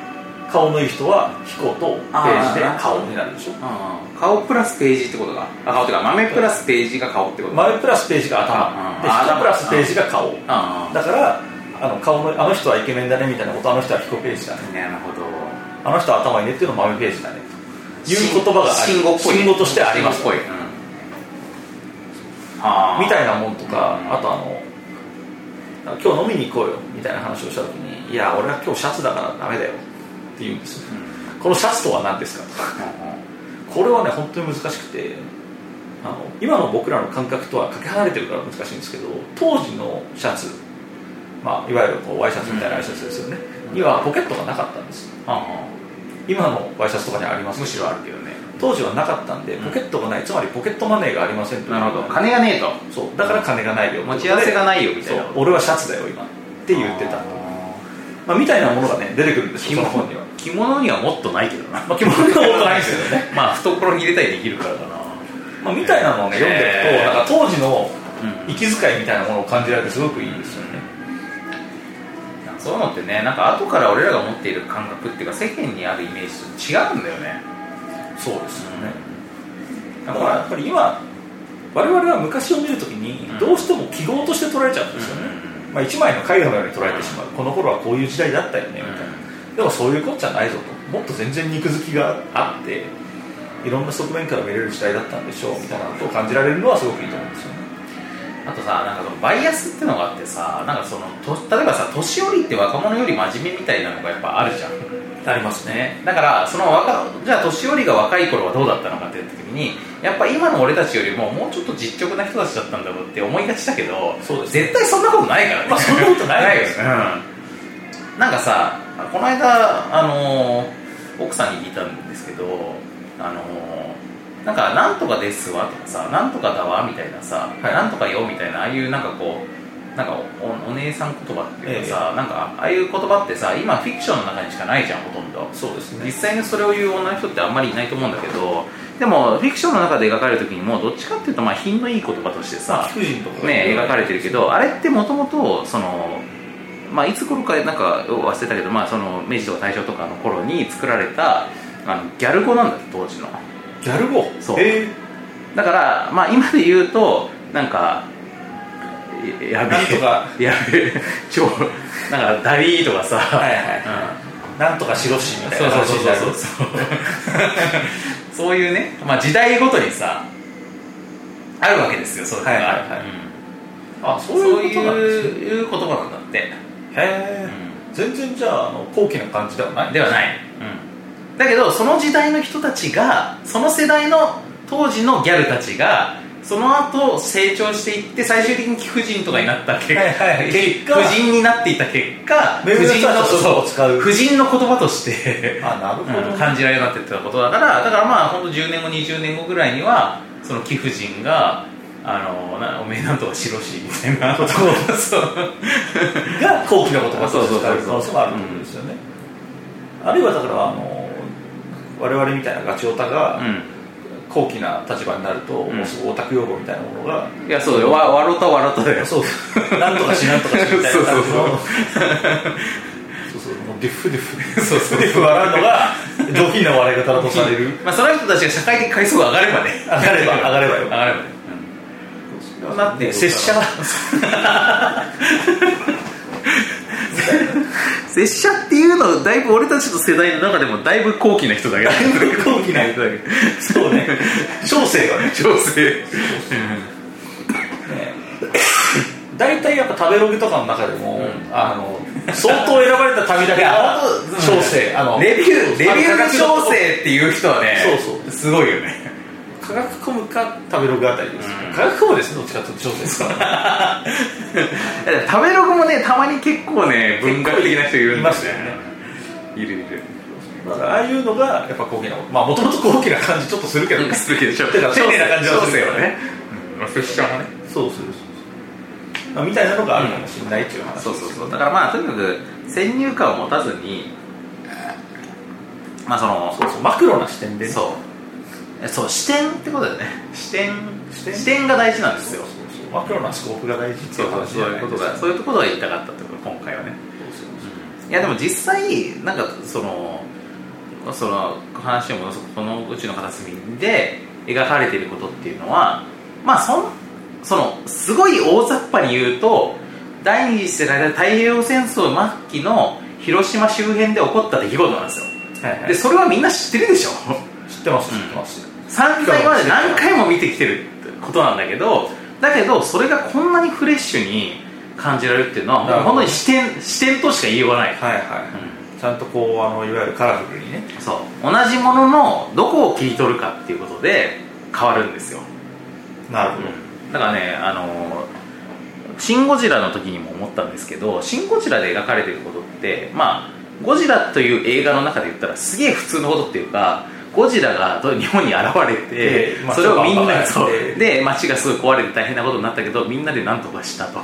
顔のいい人はヒコとページであー顔になるでしょ顔プラスページってことかあ顔ってか豆プラスページが顔ってことか豆プラスページが頭うんであーヒコプラスページが顔あだからあの顔のあの人はイケメンだねみたいなことあの人はヒコページだねあなるほどあの人は頭いいねっていうのは豆ページだねという言葉があり信号っぽい信号としてあります信号っぽい、うん、ああみたいなもんとかうんあとあのなんか今日飲みに行こうよみたいな話をした時にいや俺は今日シャツだからダメだよって言うんですようんうんこのシャツとは何ですかとかこれはね本当に難しくてあの今の僕らの感覚とはかけ離れてるから難しいんですけど当時のシャツ、まあ、いわゆるこうワイシャツみたいなワイシャツですよね、にはポケットがなかったんですあ今のワイシャツとかにありまあすむしろあるけどね当時はなかったんでポケットがない、つまりポケットマネーがありませんというなるほど金がねえとそうだから金がないよ持ち合わせがないよみたそいうな俺はシャツだよ今って言ってた、まあ、みたいなものがね出てくるんですよその本には、着物にはもっとないけどなまあ、着物には多くないんですけどね まあ懐に入れたりできるからかなまあ、みたいなのをね読んでいくと、えーなんか当時のうん息遣いみたいなものを感じられてすごくいいですよね、そういうのってねなんか後から俺らが持っている感覚っていうか世間にあるイメージと違うんだよねそうですよね、だだかかららやっぱり今我々は昔を見るときにうんどうしても記号として捉えちゃうんですよね、まあ、一枚の絵画のように捉えてしまうこの頃はこういう時代だったよねみたいな、でもそういうこっちゃないぞともっと全然肉付きがあっていろんな側面から見れる時代だったんでしょうみたいなことを感じられるのはすごくいいと思うんですよねあとさなんかそのバイアスってのがあってさなんかそのと例えばさ年寄りって若者より真面目みたいなのがやっぱあるじゃんありますねねだからその若じゃあ年寄りが若い頃はどうだったのかって言った時にやっぱ今の俺たちよりももうちょっと実直な人たちだったんだろうって思いがちだけどそうです絶対そんなことないからね、まあそんなことないよね、うん、なんかさこの間あのー奥さんに聞いたんですけどあのーなんか「なんとかですわ」とかさ「なんとかだわ」みたいなさ「はいなんとかよ」みたいなああいうなんかこうなんかおお姉さん言葉っていうかさ、なんかああいう言葉ってさ今フィクションの中にしかないじゃんほとんどそうですね実際にそれを言う女の人ってあんまりいないと思うんだけどでもフィクションの中で描かれる時にもどっちかっていうとまあ品のいい言葉としてさ、貴婦人とかね、描かれてるけどあれってもともとその、まあ、いつ頃かなんか忘れたけど、まあ、その明治とか大正とかの頃に作られたあのギャル語なんだって当時のギャル語そうえだから、まあ、今で言うとなんかややべえなんとかやべえ超なんかダリーとかさ、ーはいはいうんなんとか白しみたいそうなそう話そうになるそうそうそういうね、まあ、時代ごとにさあるわけですよそういうのが、はいはいはいうんあそうそういうことなんですねいう言葉なんだって、へえ全然じゃああの高貴な感じではないではない、だけどその時代の人たちがその世代の当時のギャルたちがその後成長していって最終的に貴婦人とかになった結果、はいはい結果婦人になっていった結果メー婦ルの人人のはそうそう使う婦人の言葉としてあなるほど、うん感じられるようになってったことだからだからまあ本当10年後20年後ぐらいにはその貴婦人があのなおめえなんとかしろしみたいなことを そうが高貴な言葉として使う可そうそうそう能性もあるってことですよね、あるいはだからあの我々みたいなガチオタが高貴な立場になると、んもうすぐオタク用語みたいなものが、いやそうよわわろたわろただよそうなんとかしなんとかしみたいな感じそのうそうそうもうデュッフデュッフそうそうデュッフ笑うのが上品な笑い方だとされるまあその人たちが社会的階層が上がればね上がれば上がればよ上がればね、うん、なって拙者が拙者っていうのだいぶ俺たちの世代の中でもだいぶ高貴な人だけどだいぶ高貴な人だけどそうね小生がね調整ね大体やっぱ食べログとかの中でも、んあの相当選ばれた旅だけが小生あのレビューレビューが小調整っていう人はねそうそうすご いよね科学コムか食べログあたりです、うん科学コムですねどっちかというと小生ですから 食べログもねたまに結構ね文学的な人いるんだいますよねいるいるだからああいうのがやっぱ高貴なまあもともと高貴な感じちょっとするけどねするけどちょ っと丁寧な感じはするはね拙者はねそうそうそうそう、まあ、みたいなのがあるかもしれないっていう話そうそうそうだからまあとにかく先入観を持たずにまあそのそうそうマクロな視点でねそうえそう視点ってことだよね視点視点視点が大事なんですそうよそうそうマクロなスコープが大事ってそいううそう話そうじゃないいうこでとすかがそういうところが言いたかったってこと今回はねいやでも実際なんかそのその話を戻すこの宇宙の片隅で描かれていることっていうのはまあそんそのすごい大雑把に言うと第二次世界大太平洋戦争末期の広島周辺で起こった出来事なんですよはいはいでそれはみんな知ってるでしょ知ってます知ってます、散々今まで何回も見てきてることなんだけどだけどそれがこんなにフレッシュに感じられるっていうのはもう本当に視点視点としか言いようがないはいはい、ちゃんとこうあのいわゆるカラフルにねそう同じもののどこを切り取るかっていうことで変わるんですよなるほど、だからねあのシン・ゴジラの時にも思ったんですけどシン・ゴジラで描かれてることってまあゴジラという映画の中で言ったらすげえ普通のことっていうかゴジラが日本に現れてえ、えまあそれをみんそばながそうええで街がすごい壊れて大変なことになったけどみんなでなんとかしたとっ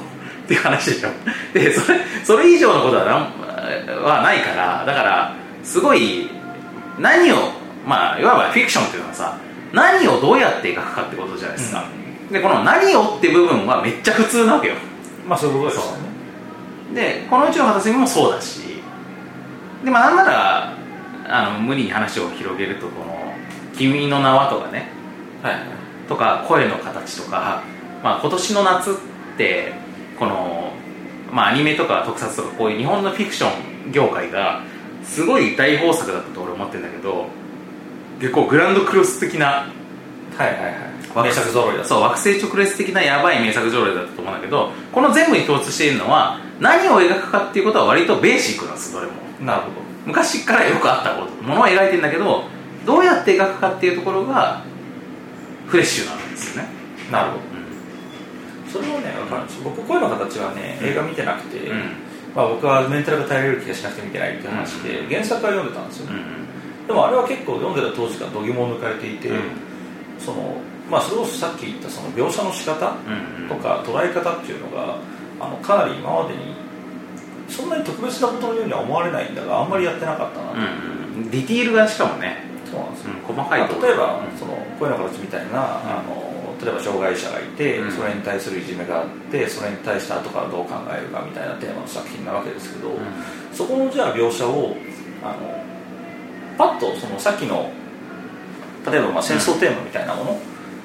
ていう話でしょでそれそれ以上のことはなんはないからだからすごい何をまあいわばフィクションっていうのはさ何をどうやって描くかってことじゃないですか、でこの「何を」って部分はめっちゃ普通なわけよまあそういうことですよねでこのうちの片隅もそうだしでまあなんならあの無理に話を広げるとこの「君の名は」とかねはいとか声の形とか、まあ、今年の夏ってこの、まあ、アニメとか特撮とかこういう日本のフィクション業界がすごい大豊作だったと俺思ってるんだけど結構グランドクロス的なはいはいはい名作揃いだそう惑星直列的なやばい名作条例だったと思うんだけどこの全部に共通しているのは何を描くかっていうことは割とベーシックなんですどれもなるほ昔からよくあったことものを描いてるんだけどどうやって描くかっていうところがフレッシュなんですよね、どなるほどうそれもね分かるんですよ僕声の形はね映画見てなくて、んうんまあ、僕はメンタルが耐えれる気がしなくて見てないっていう話で、うん原作は読んでたんですよ、うんねでもあれは結構読んでた当時から度肝を抜かれていて、うんそのまあ、それこそさっき言ったその描写の仕方うんとか捉え方っていうのがあのかなり今までにそんなに特別なことのようには思われないんだがあんまりやってなかったな、うんうんディティールがしかもね、そうなんですよ、うん細かいところ例えば、うんその声の形みたいな、あの例えば障害者がいて、うんそれに対するいじめがあってそれに対して後からどう考えるかみたいなテーマの作品なわけですけど、そこのじゃあ描写をあのパッとそのさっきの例えばまあ戦争テーマみたいなもの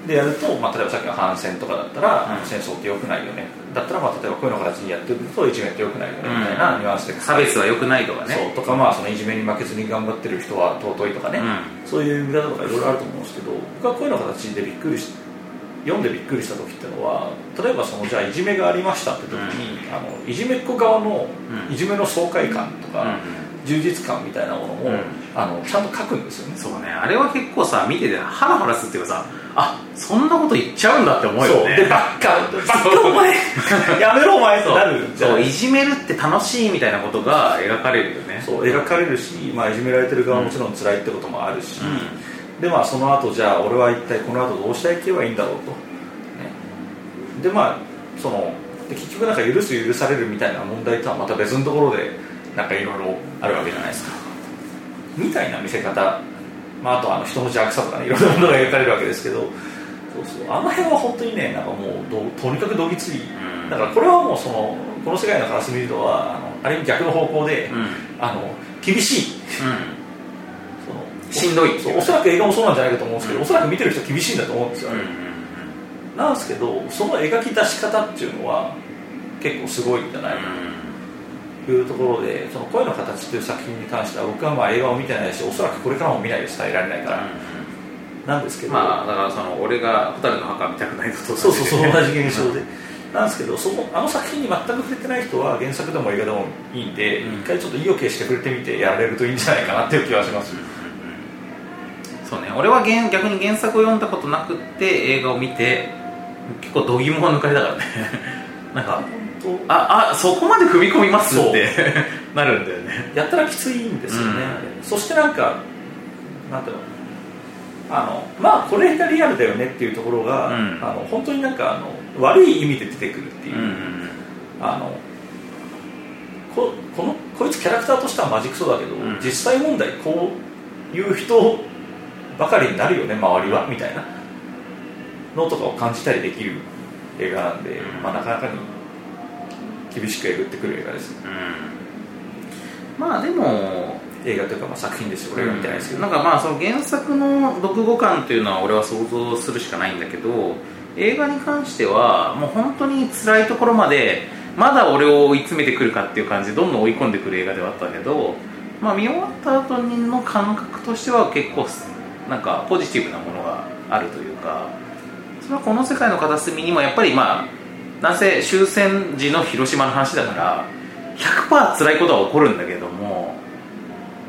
でやると、まあ、例えばさっきの反戦とかだったら、うん戦争って良くないよねだったら、まあ、例えば声の形にやってるといじめって良くないよねみたいなニュアンスで差別は良くないとかねそうとか、まあ、そのいじめに負けずに頑張ってる人は尊いとかね、うそういう見方とかいろいろあると思うんですけど僕はこういうの形でびっくりし読んでびっくりした時ってのは例えばそのじゃあいじめがありましたって時に、あのいじめっ子側のうんいじめの爽快感とうんうか、充実感みたいなものも、うんあのちゃんと書くんですよねんそうねあれは結構さ見ててハラハラするっていうかさあそんなこと言っちゃうんだって思うそようねでばっかばっかお前やめろお前ってなるじゃそなういいじめるって楽しいみたいなことが描かれるよねそう描かれるし、まあ、いじめられてる側ももちろん辛いってこともあるし、でまあその後じゃあ俺は一体この後どうしていけばいいんだろうと、ね、でまあそので結局なんか許す許されるみたいな問題とはまた別のところでなんかいろいろあるわけじゃないですかみたいな見せ方、まあ、あとあの人の邪悪さとかねいろんなものが描かれるわけですけどそうそうあの辺は本当にねなんかもうどとにかくどぎつい、うんだからこれはもうそのこの世界のからすみるとはあのある意味逆の方向で、うんうんあの厳しいそのしんどいそうおそらく映画もそうなんじゃないかと思うんですけど、おそらく見てる人厳しいんだと思うんですよ、うんなんですけどその描き出し方っていうのは結構すごいんじゃないかというところで「その声の形」という作品に関しては僕はまあ映画を見てないしおそらくこれからも見ないです伝えられないから、なんですけど、まあだからその俺が蛍の墓見たくないのと同じそうそうそうで同じ現象で、なんですけどそのあの作品に全く触れてない人は原作でも映画でもいいんで、うん一回ちょっと意を決して触れてみてやられるといいんじゃないかなっていう気はします、そうね俺は原逆に原作を読んだことなくって映画を見て結構度肝を抜かれたからね なんか本ああそこまで踏み込みますそうって なるんだよね当やったらきついんですよね、うそしてなんかなんていうのあのまあこれがリアルだよねっていうところうが、んあの本当になんかあの悪い意味で出てくるってういんう、うんあのここのこいつキャラクターとしてはマジクソだけど、ん実際問題こういう人ばかりになるよね周りはみたいなのとかを感じたりできる映画なんで、まあ、なかなかに厳しくえぐってくる映画ですうんまあでも映画というかまあ作品ですよ俺が見てないですけど、なんかまあその原作の読後感というのは俺は想像するしかないんだけど映画に関してはもう本当に辛いところまでまだ俺を追い詰めてくるかっていう感じでどんどん追い込んでくる映画ではあったけど、まあ、見終わった後の感覚としては結構なんかポジティブなものがあるというかそれはこの世界の片隅にもやっぱりまあなんせ終戦時の広島の話だから100%辛いことは起こるんだけども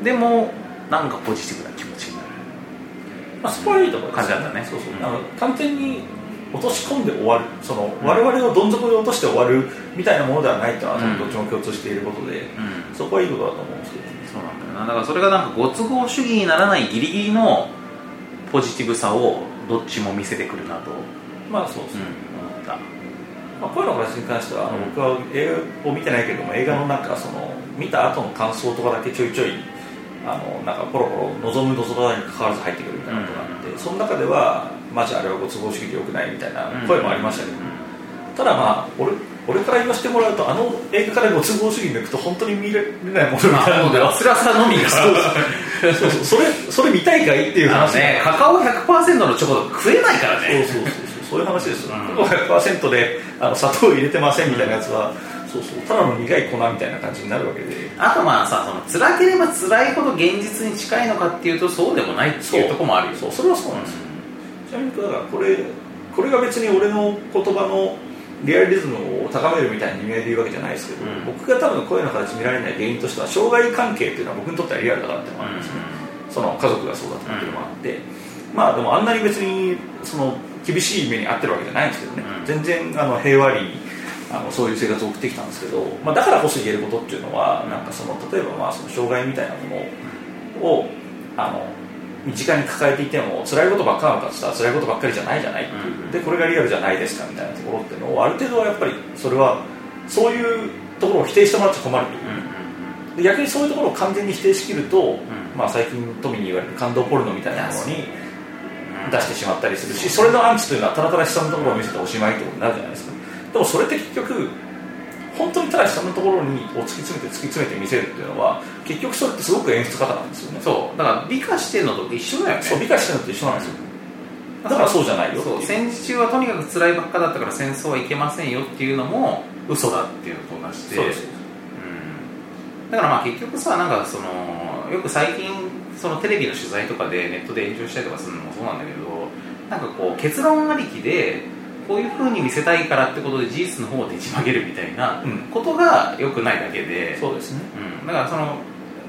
でもなんかポジティブな気持ちになるまあ、そこはいいところです感じだったねそうそううんあの完全に落とし込んで終わるその、我々をどん底で落として終わるみたいなものではないっていうのは、うんどっちも共通していることで、うんそこはいいことだと思うんですけどそうなんだよなだからそれがなんかご都合主義にならないギリギリのポジティブさをどっちも見せてくるなと、まあそうですね、思ったまあ、声の話に関しては、あのうん僕は映画を見てないけども映画のなんかその見た後の感想とかだけちょいちょいあのなんかポロポロ望む望まないに関わらず入ってくるみたいなことがあって、その中ではマジあれはご都合主義でよくないみたいな声もありましたけど、ただまあ俺俺から言わせてもらうとあの映画からご都合主義抜くと本当に見れないものみまたいなあのもうでラスラスのみがそうそうそれそれ見たいかいっていあうの話ねカカオ100%のチョコとか食えないからねそうそうそうそうそういう話ですよ、うん100%であの砂糖入れてませんみたいなやつは、そうそうただの苦い粉みたいな感じになるわけであとまあさその辛ければ辛いほど現実に近いのかっていうとそうでもないっていうところもあるよそうそれはそうなんですよ、ちなみにだからこれこれが別に俺の言葉のリアリズムを高めるみたいに意味合いで言うわけじゃないですけど、うん僕が多分声の形見られない原因としては障害関係っていうのは僕にとってはリアルだからっていうのもあるんですよ、その家族がそうだったっていうのもあって、まあでもあんなに別にその厳しい目に遭ってるわけじゃないんですけどね、うん全然あの平和にあのそういう生活を送ってきたんですけど、まあ、だからこそ言えることっていうのはなんかその例えばまあその障害みたいなものをあの身近に抱えていても辛いことばっかなのかって言ったら辛いことばっかりじゃないじゃないっていう、うんでこれがリアルじゃないですかみたいなところっていうのをある程度はやっぱりそれはそういうところを否定してもらっちゃ困るといううんうんうんで逆にそういうところを完全に否定しきると、んまあ、最近富に言われる感動ポルノみたいなものに出してしまったりするしそれのアンチというのはただただ悲惨なところを見せておしまいってことになるじゃないですかでもそれって結局本当にただ悲惨なところにを突き詰めて突き詰めて見せるっていうのは結局それってすごく演出方なんですよねそうだから美化してるのと一緒だよねそう美化してるのと一緒なんですよだからそうじゃないよってそういう戦時中はとにかく辛いばっかだったから戦争はいけませんよっていうのも嘘だっていうのと同じでそうですうんだからまあ結局さなんかそのよく最近そのテレビの取材とかでネットで炎上したりとかするのもそうなんだけどなんかこう結論ありきでこういう風に見せたいからってことで事実の方をねじ曲げるみたいなうんことが良くないだけで、そうですねうん、だからその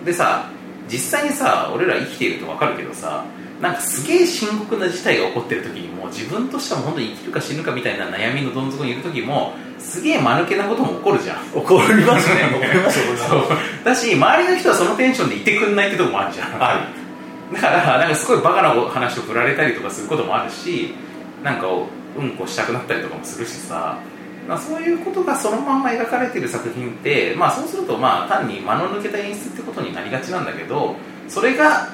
でさ実際にさ俺ら生きていると分かるけどさなんかすげえ深刻な事態が起こってる時にも自分としてはもう本当に生きるか死ぬかみたいな悩みのどん底にいる時もすげえ間抜けなことも起こるじ ゃん怒りますね怒りますよそうだし周りの人はそのテンションでいてくんないってとこもあるじゃんあだからなんかすごいバカな話を振られたりとかすることもあるしなんかうんこしたくなったりとかもするしさまあそういうことがそのまんま描かれてる作品って、まあ、そうするとまあ単に間の抜けた演出ってことになりがちなんだけどそれが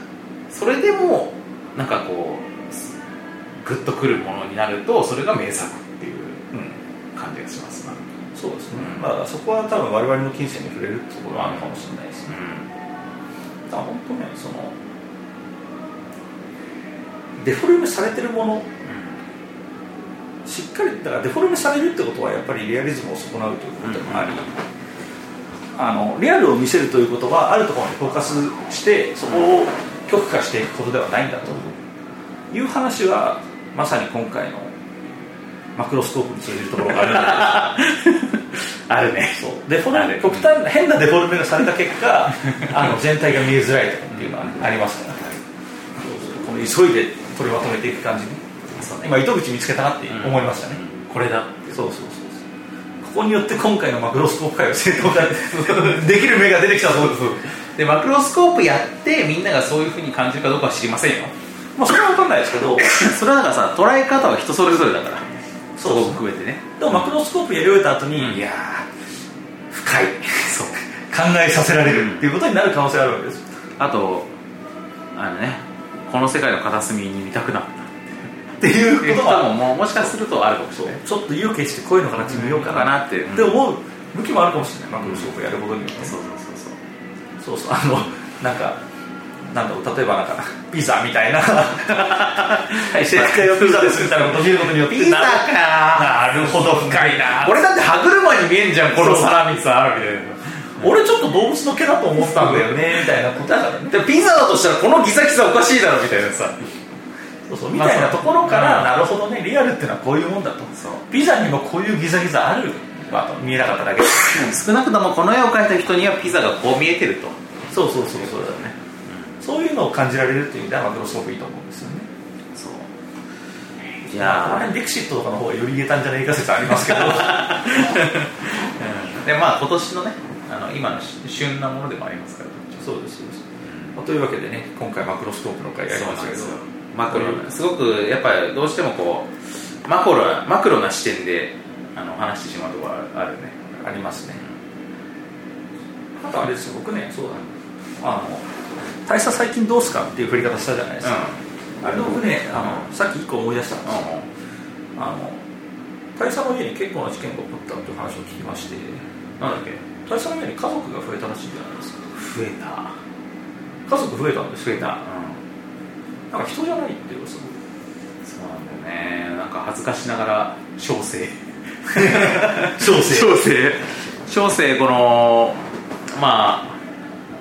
それでもなんかこうグッとくるものになるとそれが名作っていううん感じがしますなそうですね、うんまあそこは多分我々の金銭に触れるってところはあるかもしれないですねうだから本当ねそのデフォルメされてるものしっかりだからデフォルメされるってことはやっぱりリアリズムを損なうということでもあり、あのリアルを見せるということはあるところにフォーカスしてそこを極化していくことではないんだという話はまさに今回のマクロスコープに通じるところがあ るんだとあるねそうデフォルあメる極端な変なデフォルメがされた結 果あの全体が見えづらいとかっていうのはね、ありますから、この急いで取りまとめていく感じねそうね今糸口見つけたなって思いましたね、うんこれだそうそうそうそうここによって今回のマクロスコープ界を正当化 できる目が出てきたと思うでマクロスコープやってみんながそういうふうに感じるかどうかは知りませんよ まあそれは分かんないですけどそれはだからさ捉え方は人それぞれだからそうこも含めてねでもマクロスコープやり終えた後に、うんいやー深いそう考えさせられるっていうことになる可能性あるわけですあとあのねこの世界の片隅に見たくなったっってていいううここととはももうもしかするとあるかもしれないちょっと勇気して声の形見ようかななってっうんて思う向きもあるかもしれないマクロスコープやることによってそうそうそうそうそうそうあのなんかなんだろう例えばなんかピザみ たいなはい正解をピザですみたいなことを見ることによっピてザなかなるほど深いな俺だって歯車に見えんじゃんこのそうサラミさみたいな俺ちょっと動物の毛だと思ったんだよねみたいなことだからねでピザだとしたらこのギザギザおかしいだろみたいなさそうそうみたいなところかうらんなるほどねリアルってのはこういうもんだとそうピザにもこういうギザギザあるまあ見えなかった だけ少なくともこの絵を描いた人にはピザがこう見えてるとそうそうそうそうだねそういうのを感じられるっていう意味ではマクロスコープいいと思うんですよねそういいこのや辺ディクシットとかの方がより言えたんじゃないか説ありますけどーでまあ今年のねあの今の旬なものでもありますからそうですそうです、まあというわけでね今回マクロスコープの回やりそうまなしんでたけどすよマクロなすごくやっぱりどうしてもこうマクロなマクロな視点であの話してしまうところはあるねありますねあとあれですよ僕ねそうだあの大佐最近どうすかっていう振り方したじゃないですか、あれの僕ねあのさっき一個思い出したんですよ、あの大佐の家に結構な事件が起こったっていう話を聞きましてうんなんだっけ大佐の家に家族が増えたらしいじゃないですか増えた家族増えたんです増よえたうんなんか人じゃないっていうすごいそうなんだよねなんか恥ずかしながら小生小小生小生このまあ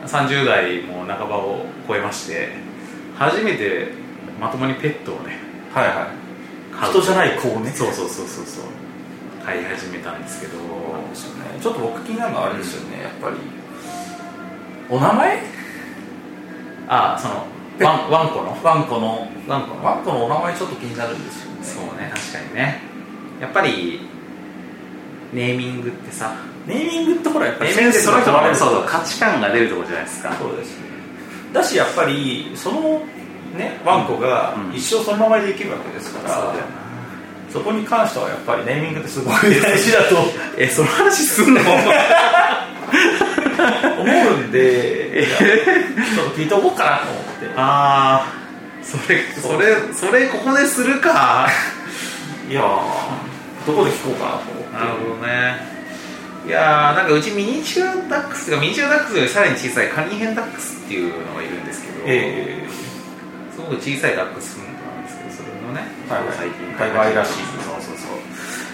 30代も半ばを超えまして初めてまともにペットをねはいはい飼う人じゃない子をねそうそうそうそうそう飼い始めたんですけどそうですよねちょっと僕気になるのはあれですよね、やっぱりお名前ああそのワンワンコのワンコのワンコのワンコのお名前ちょっと気になるんですよねそうね確かにねやっぱりネーミングってさネーミングってほらやっぱネりーミングってその人がのるそうそう価値観が出るところじゃないですかそうですだしやっぱりそのねワンコがうん一生その名前で生きるわけですから、そうだよなそこに関してはやっぱりネーミングってすごい大事だと えその話すん の思う んでいやちょっと聞いておこうかなと思っああそれそれそれここでする かていやーどこで聞こうかなと思ってなるほどねいやーなんかうちミニチュアダックスがミニチュアダックスよりさらに小さいカニヘンダックスっていうのがいるんですけど、ええすごく小さいダックスフントなんですけどそれのね、はいはい最近だいぶ愛らしいそうそうそう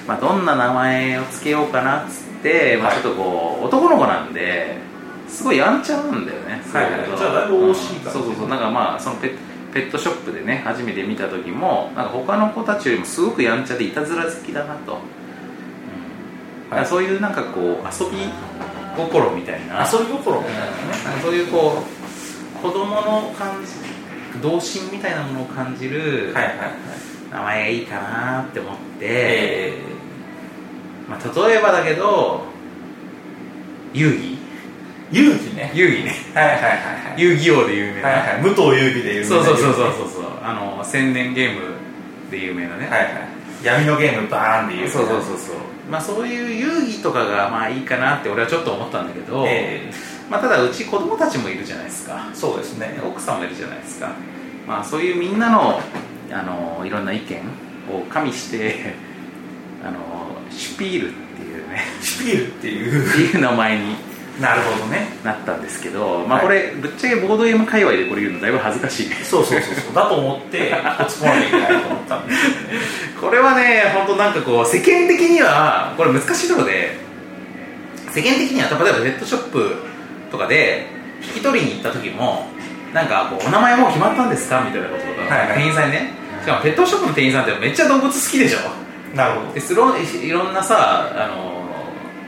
まあどんな名前を付けようかなっつって、まあ、ちょっとこう男の子なんですごいやんちゃなんだよねはいはいじゃあだいぶ惜しい感そじうそうそうなんかまあそのペッペットショップでね初めて見た時もなんか他の子たちよりもすごくやんちゃでいたずら好きだなと、うんだからそういうなんかこう遊び心みたいな遊び心みたいなねそういうこう子供の感じ童心みたいなものを感じるはいはいはい名前がいいかなって思って、えまあ、例えばだけど遊戯ー、遊戯ね遊戯ねはいはいはいはい遊戯王で有名な、はいはい、武藤優美で有名なそうそうそうそうそうそうあの千年ゲームで有名なね、はいはい闇のゲームバーンで有名なそうそうそうそうまあそういう遊戯とかがまあいいかなって俺はちょっと思ったんだけど、えまあ、ただうち子供たちもいるじゃないですかーそうですね奥さんもいるじゃないですか、まあ、そういうみんなのあのいろんな意見を加味してあのシュピールっていうねシュピールっていうっていう名前になるほどねなったんですけど、まあ、はいこれ、ぶっちゃけボードゲーム界隈でこれ言うのだいぶ恥ずかしいねそうそうそうそうだと思って落ち込まなきゃいけないと思ったんですよねこれはね本当なんかこう世間的にはこれ難しいところで世間的には例えばネットショップとかで引き取りに行った時もなんかこうお名前もう決まったんですかみたいなこととか、はいはい店員さんにねしかもペットショップの店員さんってめっちゃ動物好きでしょなるほどでスローいろんなさあの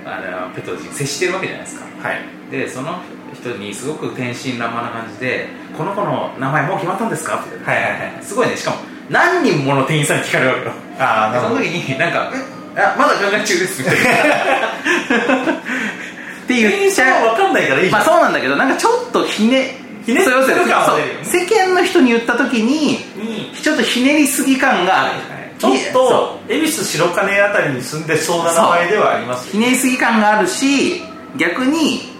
あれペットたちに接してるわけじゃないですかはいでその人にすごく天真爛漫な感じで「この子の名前もう決まったんですか?」って言って、はいはいはいすごいねしかも何人もの店員さんに聞かれるわけよああなるそほのど時になんか「えあまだ考え中です」みたい なって言っちゃう分かんないからいいじまゃあんそうなんだけどなんかちょっとひねひねってるそう感は出るよねそう世間の人に言った時ににちょっとひねりすぎ感がある、ちょひっそうと恵比寿白金あたりに住んでそうな名前ではありますひねりすぎ感があるし逆に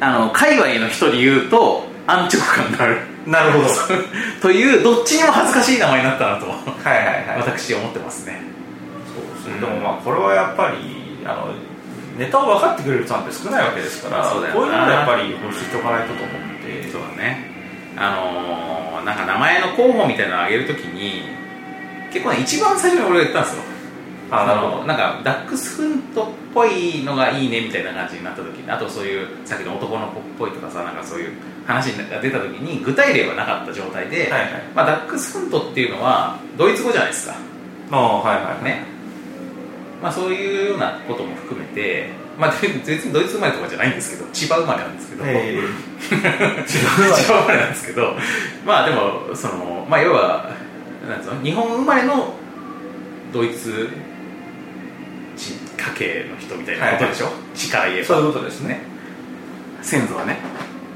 あの界隈の人に言うと安直感がある なるほどはというどっちにも恥ずかしい名前になったなといはいはい私思ってますねそうですねでもまあこれはやっぱりあのネタを分かってくれる人なんて少ないわけですからそうだよなこういうのはやっぱり欲しておかないとと思ってそうだねあのーなんか名前の候補みたいなのをあげるときに結構ね一番最初に俺が言ったんですよあなるほあのどなんかダックスフントっぽいのがいいねみたいな感じになった時にあとそういうさっきの男の子っぽいとかさなんかそういう話が出た時に具体例はなかった状態で、はいはいまあ、ダックスフントっていうのはドイツ語じゃないですかああはいはいねまあそういうようなことも含めてまあ別にドイツ生まれとかじゃないんですけど千葉生まれなんですけど、え千葉生まれなんですけどまあでもそのまあ要はなんつうの日本生まれのドイツち家系の人みたいなことでしょ、はい地下 家そういうことですね先祖はね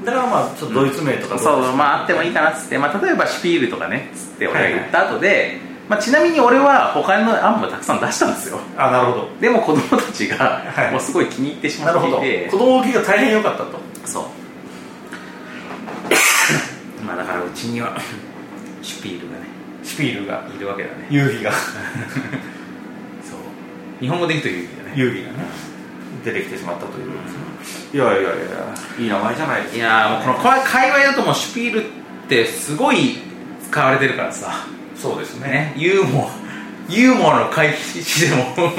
だからまあちょっとドイツ名とかそうどですかまああってもいいかなっつって、まあ、例えばシュピールとかねっつって俺が言った後で、まあ、ちなみに俺は他の案もたくさん出したんですよあなるほどでも子供たちがはいもうすごい気に入ってしまなるほっどていて、子供受けが大変良かったとそう まあだからうちには シュピールがねシュピールがいるわけだね遊戯が そう日本語で言うと言うだね遊戯がね出てきてしまったということですねいやいやいやいやいい名前じゃないですいかやーもうこの界界隈だともうシュピールってすごい使われてるからさそうですねねユーモユーモアの回避でも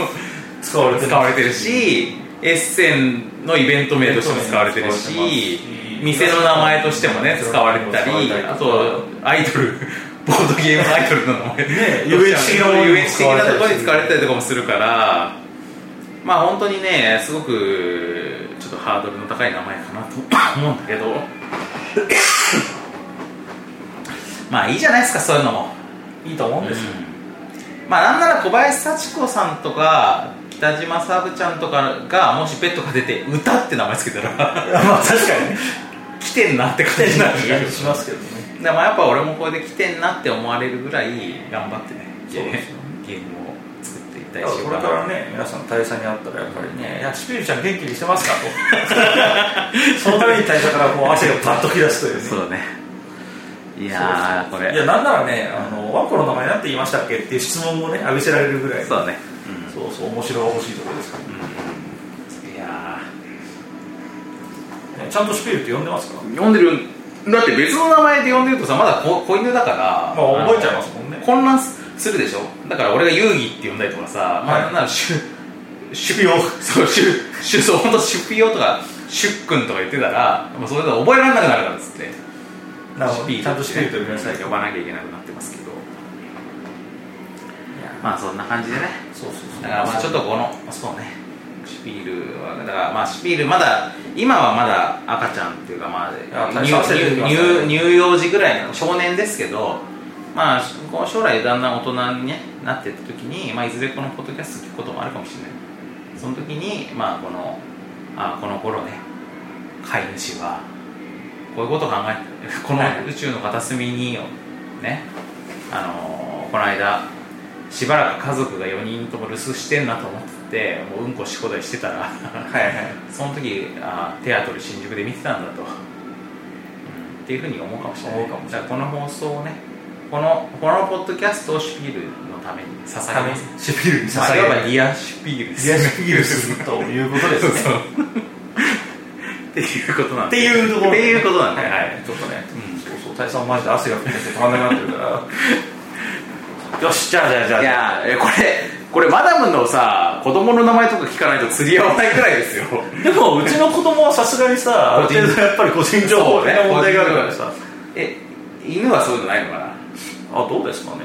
使われてる使われてるしエッセンのイベント名としても使われてるイベント名にし使われてます店の名前としてもねうん使われてた使われりたりとかあとアイドル ボードゲームアイドルの名前ねどうしても UH 的ななところに使われたりとかもするからまあ本当にねすごくちょっとハードルの高い名前かなと 思うんだ けどまあいいじゃないですかそういうのもいいと思うんで すよ、まあなんなら小林幸子さんとか北島サブちゃんとかがもしベッドが出て「歌」って名前つけたら まあ確か にね来てんなって感じになるじゃんしますけどねでもやっぱ俺もこれで来てんなって思われるぐらい頑張ってねそうですよゲームを作っていったりしようこかれなからね皆さん大佐に会ったらやっぱりね「いやシュピールちゃん元気にして ますか?」とそのために大佐からもう汗がバッと吹き出すというねそうだねいやーこれいやなんならねあの「ワンコの名前なんて言いましたっけ?」っていう質問もね浴びせられるぐらいそううだねうんそうそう面白い欲しいところですから、いやねちゃんとシュピールって呼んでますから、ー呼んでるだって別の名前で呼んでるとさまだ子子犬だからまあ、覚えちゃいますもんね混乱するでしょだから俺が遊戯って呼んだりとかさ、まあはいなんならシュシュピオそうシュシュそう本当シュピオとかシュッくんとか言ってたらもうそれで覚えられなくなるからっつってなるシほュどピーちゃんとシュピールと呼びなさい呼ばなきゃいけなくなってますけどいやまあそんな感じでねそうそうそうだからまあちょっとこのそうねシュピールはだからまあシュピールまだ今はまだ赤ちゃんっていうかまああ乳大学生ですね乳乳幼児ぐらいの少年ですけどまあこう将来だんだん大人に、ね、なっていった時に、まあ、いずれこのポッドキャスト聞くこともあるかもしれないその時にまあこのあこの頃ね飼い主はこういうことを考えてこの宇宙の片隅にねあのーこの間しばらく家族が4人とも留守してんなと思っててもううんこしこだりしてたらはいはい その時あテアトル新宿で見てたんだと、うんっていうふうに思うかもしれない思うかもしれないだからこの放送をねこのこのポッドキャストをシュピールのために捧げますシュピールにまあ、いれわばばいいリアシュピールですリアシュピー ル するということですねそうそうっていうことなんっでていうところっていうことなんで、ははいい、ちょっとね、そうそう大佐もマジで汗が噴き出してたまんなくなってるか らよしじゃあじゃあじゃあいやえこれこれマダムのさ子供の名前とか聞かないと釣り合わないくらいですよでもうちの子供はさすがにさある個人程度やっぱり個人情報そう的ねな問題があるからさ、え犬はそういうのないのかなあどうですかね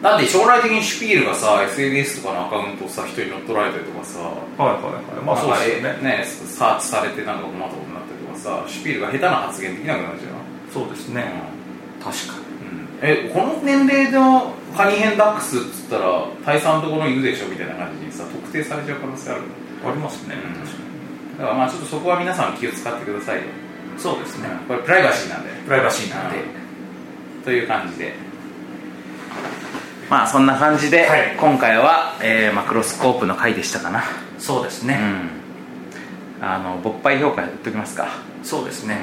だって将来的にシュピールがさ SNS とかのアカウントをさ人に乗っ取られたりとかさはいはいはいまあそうですよなんねかえねサーチされてなんか困ったことになったりとかさシュピールが下手な発言できなくなるじゃん、そうですね、確かうんえこの年齢のカニヘンダックスっつったら大佐のところの犬でしょみたいな感じにさ特定されちゃう可能性あるにありますね、うん確かだからまあちょっとそこは皆さん気を使ってくださいよ、にそうですね、これプライバシーなんでプライバシーななでんんで、という感じでまあそんな感じで、はい今回は、えーマクロスコープの回でしたかなそうですうね、んあの勃発評価やっときますかそうですね、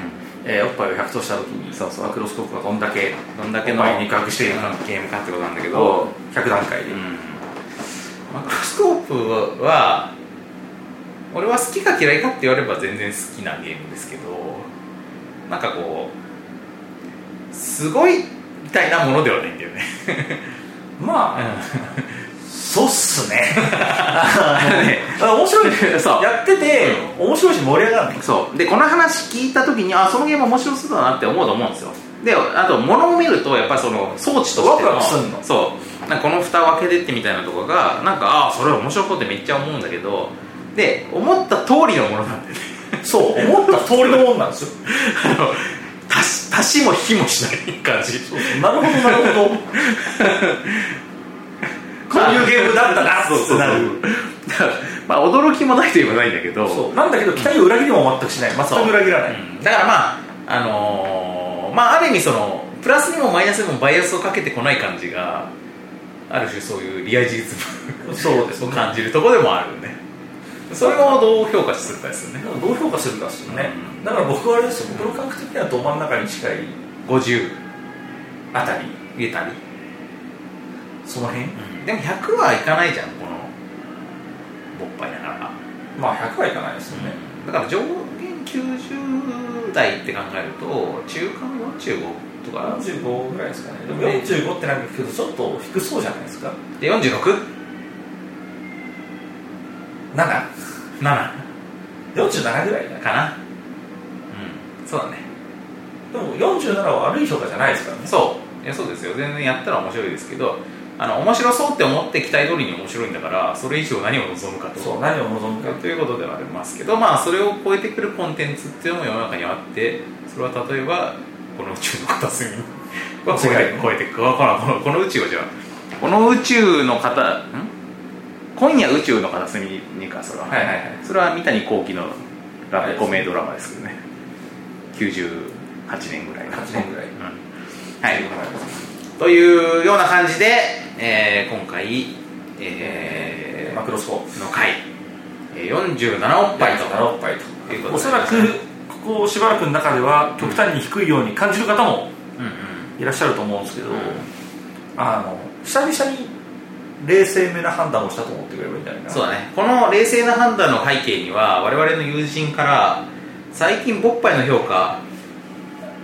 えーおっぱいを100とした時にそうそうマクロスコープがどんだけどんだけのお前に隠しているゲーかムゲームかってことなんだけをど、 100段階うで、ん、マクロスコープは俺は好きか嫌いかって言われれば全然好きなゲームですけどなんかこうすごいみたいなものではないんだよねまあ、そうっすね面白いそうやってて、面白いし盛り上がらないそうでこの話聞いた時にあそのゲーム面白そうだなって思うと思うんですよであと物を見るとやっぱりその装置としてのワクワクすんのそうなんかこの蓋を開けてってみたいなとこがなんかああそれ面白そうってめっちゃ思うんだけどで思った通りのものなんでねそう思った通りのもんなんですよあの足し足しも引きもしない感じなるほどなるほどこういうゲームだったなそうそうっそうてなるだからまあ驚きもないといえばないんだけどそうなんだけど期待を裏切りも全くしない全く裏切らない、うんだからまああのーまあある意味そのプラスにもマイナスにもバイアスをかけてこない感じがある種そういうリア事実そうですを感じるところでもあるよねそれをどう評価するかですよねどう評価するかですよね、うだから僕はあれですよ僕の感覚的にはど真ん中に近い50あたり入れたり、その辺でも100はいかないじゃんこの勃発だからまあ100はいかないですよね、だから上限90代って考えると中間45とか45ぐらいですかねでも45ってなんか聞くとちょっと低そうじゃないですかで 46?7 747ぐらいだねかなうんそうだねでも47は悪い評価じゃないですからねそういやそうですよ全然やったら面白いですけどあの面白そうって思って期待通りに面白いんだからそれ以上何を望むかとそう何を望むかということではありますけどまあそれを超えてくるコンテンツっていうのも世の中にはあってそれは例えばこの宇宙の片隅は超えて超えてくわこのこのこの宇宙はじゃあこの宇宙の片ん今夜宇宙の片隅にかそれは、はいはいはいそれは三谷幸喜のラブコメドラマですけどね、98年ぐらいの8年ぐらいうんはい、というような感じで、えー今回、えーマクロスコープの回、えー47おっぱいと7杯ということとでおそらくここしばらくの中では極端に低いように感じる方もうんうんいらっしゃると思うんですけど、うんあの久々に冷静めな判断をしたと思ってくればいいんじゃないかなそうだねこの冷静な判断の背景には我々の友人から最近ボッパイの評価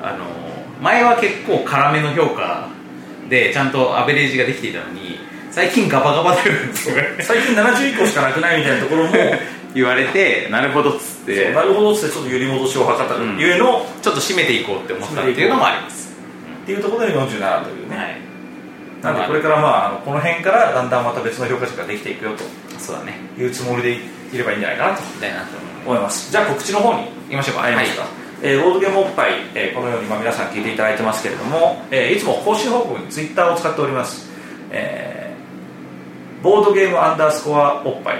あの前は結構辛めの評価でちゃんとアベレージができていたのに最近ガバガバだよって 言われ最近70以降しかなくないみたいなとこ ろも言われてなるほどっつっそうてなるほどっつってちょっと揺り戻しを図ったうんゆえの、ちょっと締めていこうって思ったっていうのもあります、っていうところで47というね、はいなんでこれからまああのこの辺からだんだんまた別の評価値ができていくよとそうだねいうつもりでいればいいんじゃないかなとみたいなと思います思いますじゃあ告知の方に行きましょうかありますか、えーボードゲームおっぱい、えーこのようにまあ皆さん聞いていただいてますけれども、えーいつも更新報告にツイッターを使っております、えーボードゲームアンダースコアおっぱい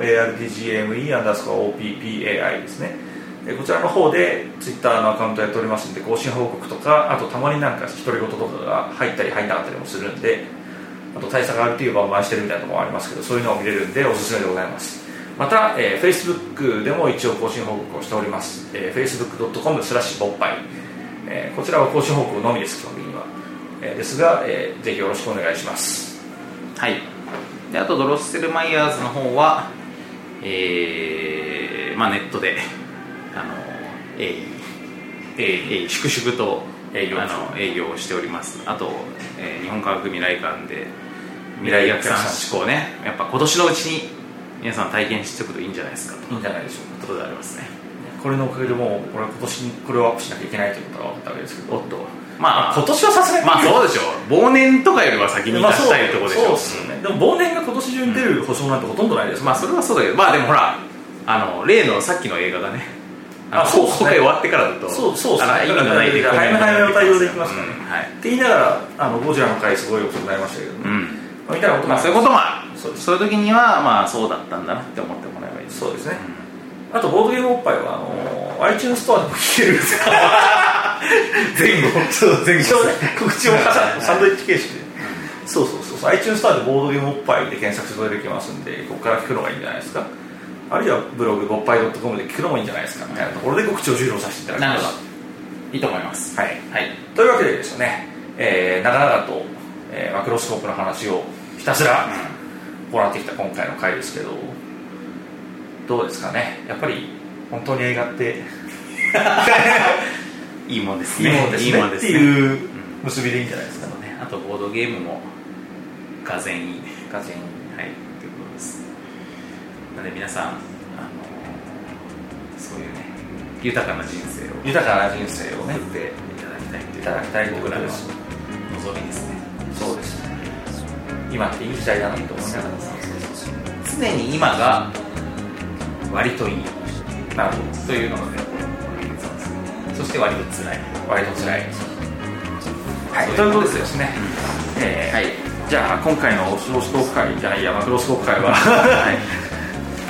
BOARDGME アンダースコア OPPAI ですねえーこちらの方でツイッターのアカウントやっておりますんで更新報告とかあとたまになんか独り言とかが入ったり入んなかったりもするんであと対策 RT をバンバンしてるみたいなところもありますけどそういうのを見れるんでおすすめでございますまた、えー Facebook でも一応更新報告をしております、えー facebook.com スラッシュぼっぱい、えーこちらは更新報告のみです基本的には、えーですが、えーぜひよろしくお願いしますはい、であとドロッセルマイヤーズの方は、えーまあ、ネットであの営業えー粛々と営業あの営業をしておりますあと、えー日本科学未来館で未来逆算思考ねやっぱ今年のうちに皆さん体験しておくといいんじゃないですかといういいんじゃないでしょこうとでありますねかこれのおかげでもうこれは今年にこれをアップしなきゃいけないということが分かったわけですけどおっとまあ今年はさすがにまあそうでしょう忘年とかよりは先に出まあそうしたいところでしょそうですよねでも忘年が今年中に出る保証なんてほとんどないですまあそれはそうだけどまあでもほらあの例のさっきの映画がねあのあそうっす公ね開終わってからだとそうそうっすねあの意味のないだから早め早めの対応できますからねうんはいって言いながらあのゴジラの回すごいことになりましたけど、ねうんまあみたいなことまもああそうるいうこともあるそうですそういう時にはまあそうだったんだなって思ってもらえばいいですそうですね、あとボードゲームおっぱいはあのー iTunes ストアでも聞けるんですか前後 そう前一応ね告知を挟んでサンドイッチ形式でそうそうそうそう iTunes ストアでボードゲームおっぱいで検索すると出てきますんでここから聞くのがいいんじゃないですかあるいはブログぼっぱい .com で聞くのもいいんじゃないですかみたいなところで告知を重要させていただきなまるすほどいいと思いますはいはいというわけでですね、えー、長々と、えーマクロスコープの話をひたすら行ってきた今回の回ですけどどうですかねやっぱり本当に映画っていいもんですいいねものですねってういう結びでいいんじゃないですかねねあとボードゲームもがぜんいいね完全にはい、ということです。なので皆さん、あのそういうね、豊かな人生を豊かな人生をね送っていただきたいという、いただきたいというこ僕とらのです望みですね。そうですね今っていい時代だなと思いながら常に今が割といいなるほというのがね、そして割と辛い。ど割と辛いはいそういうことということでですね、えーはいじゃあ今回のオスロストーク会じゃないやマクロストーク会は、はい、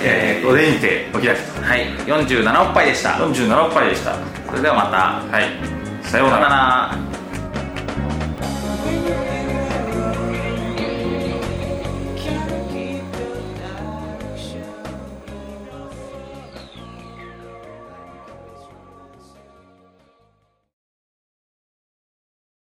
えー、これにてお開きとはい47おっぱいでした47杯でしたそれではまたはいさようならら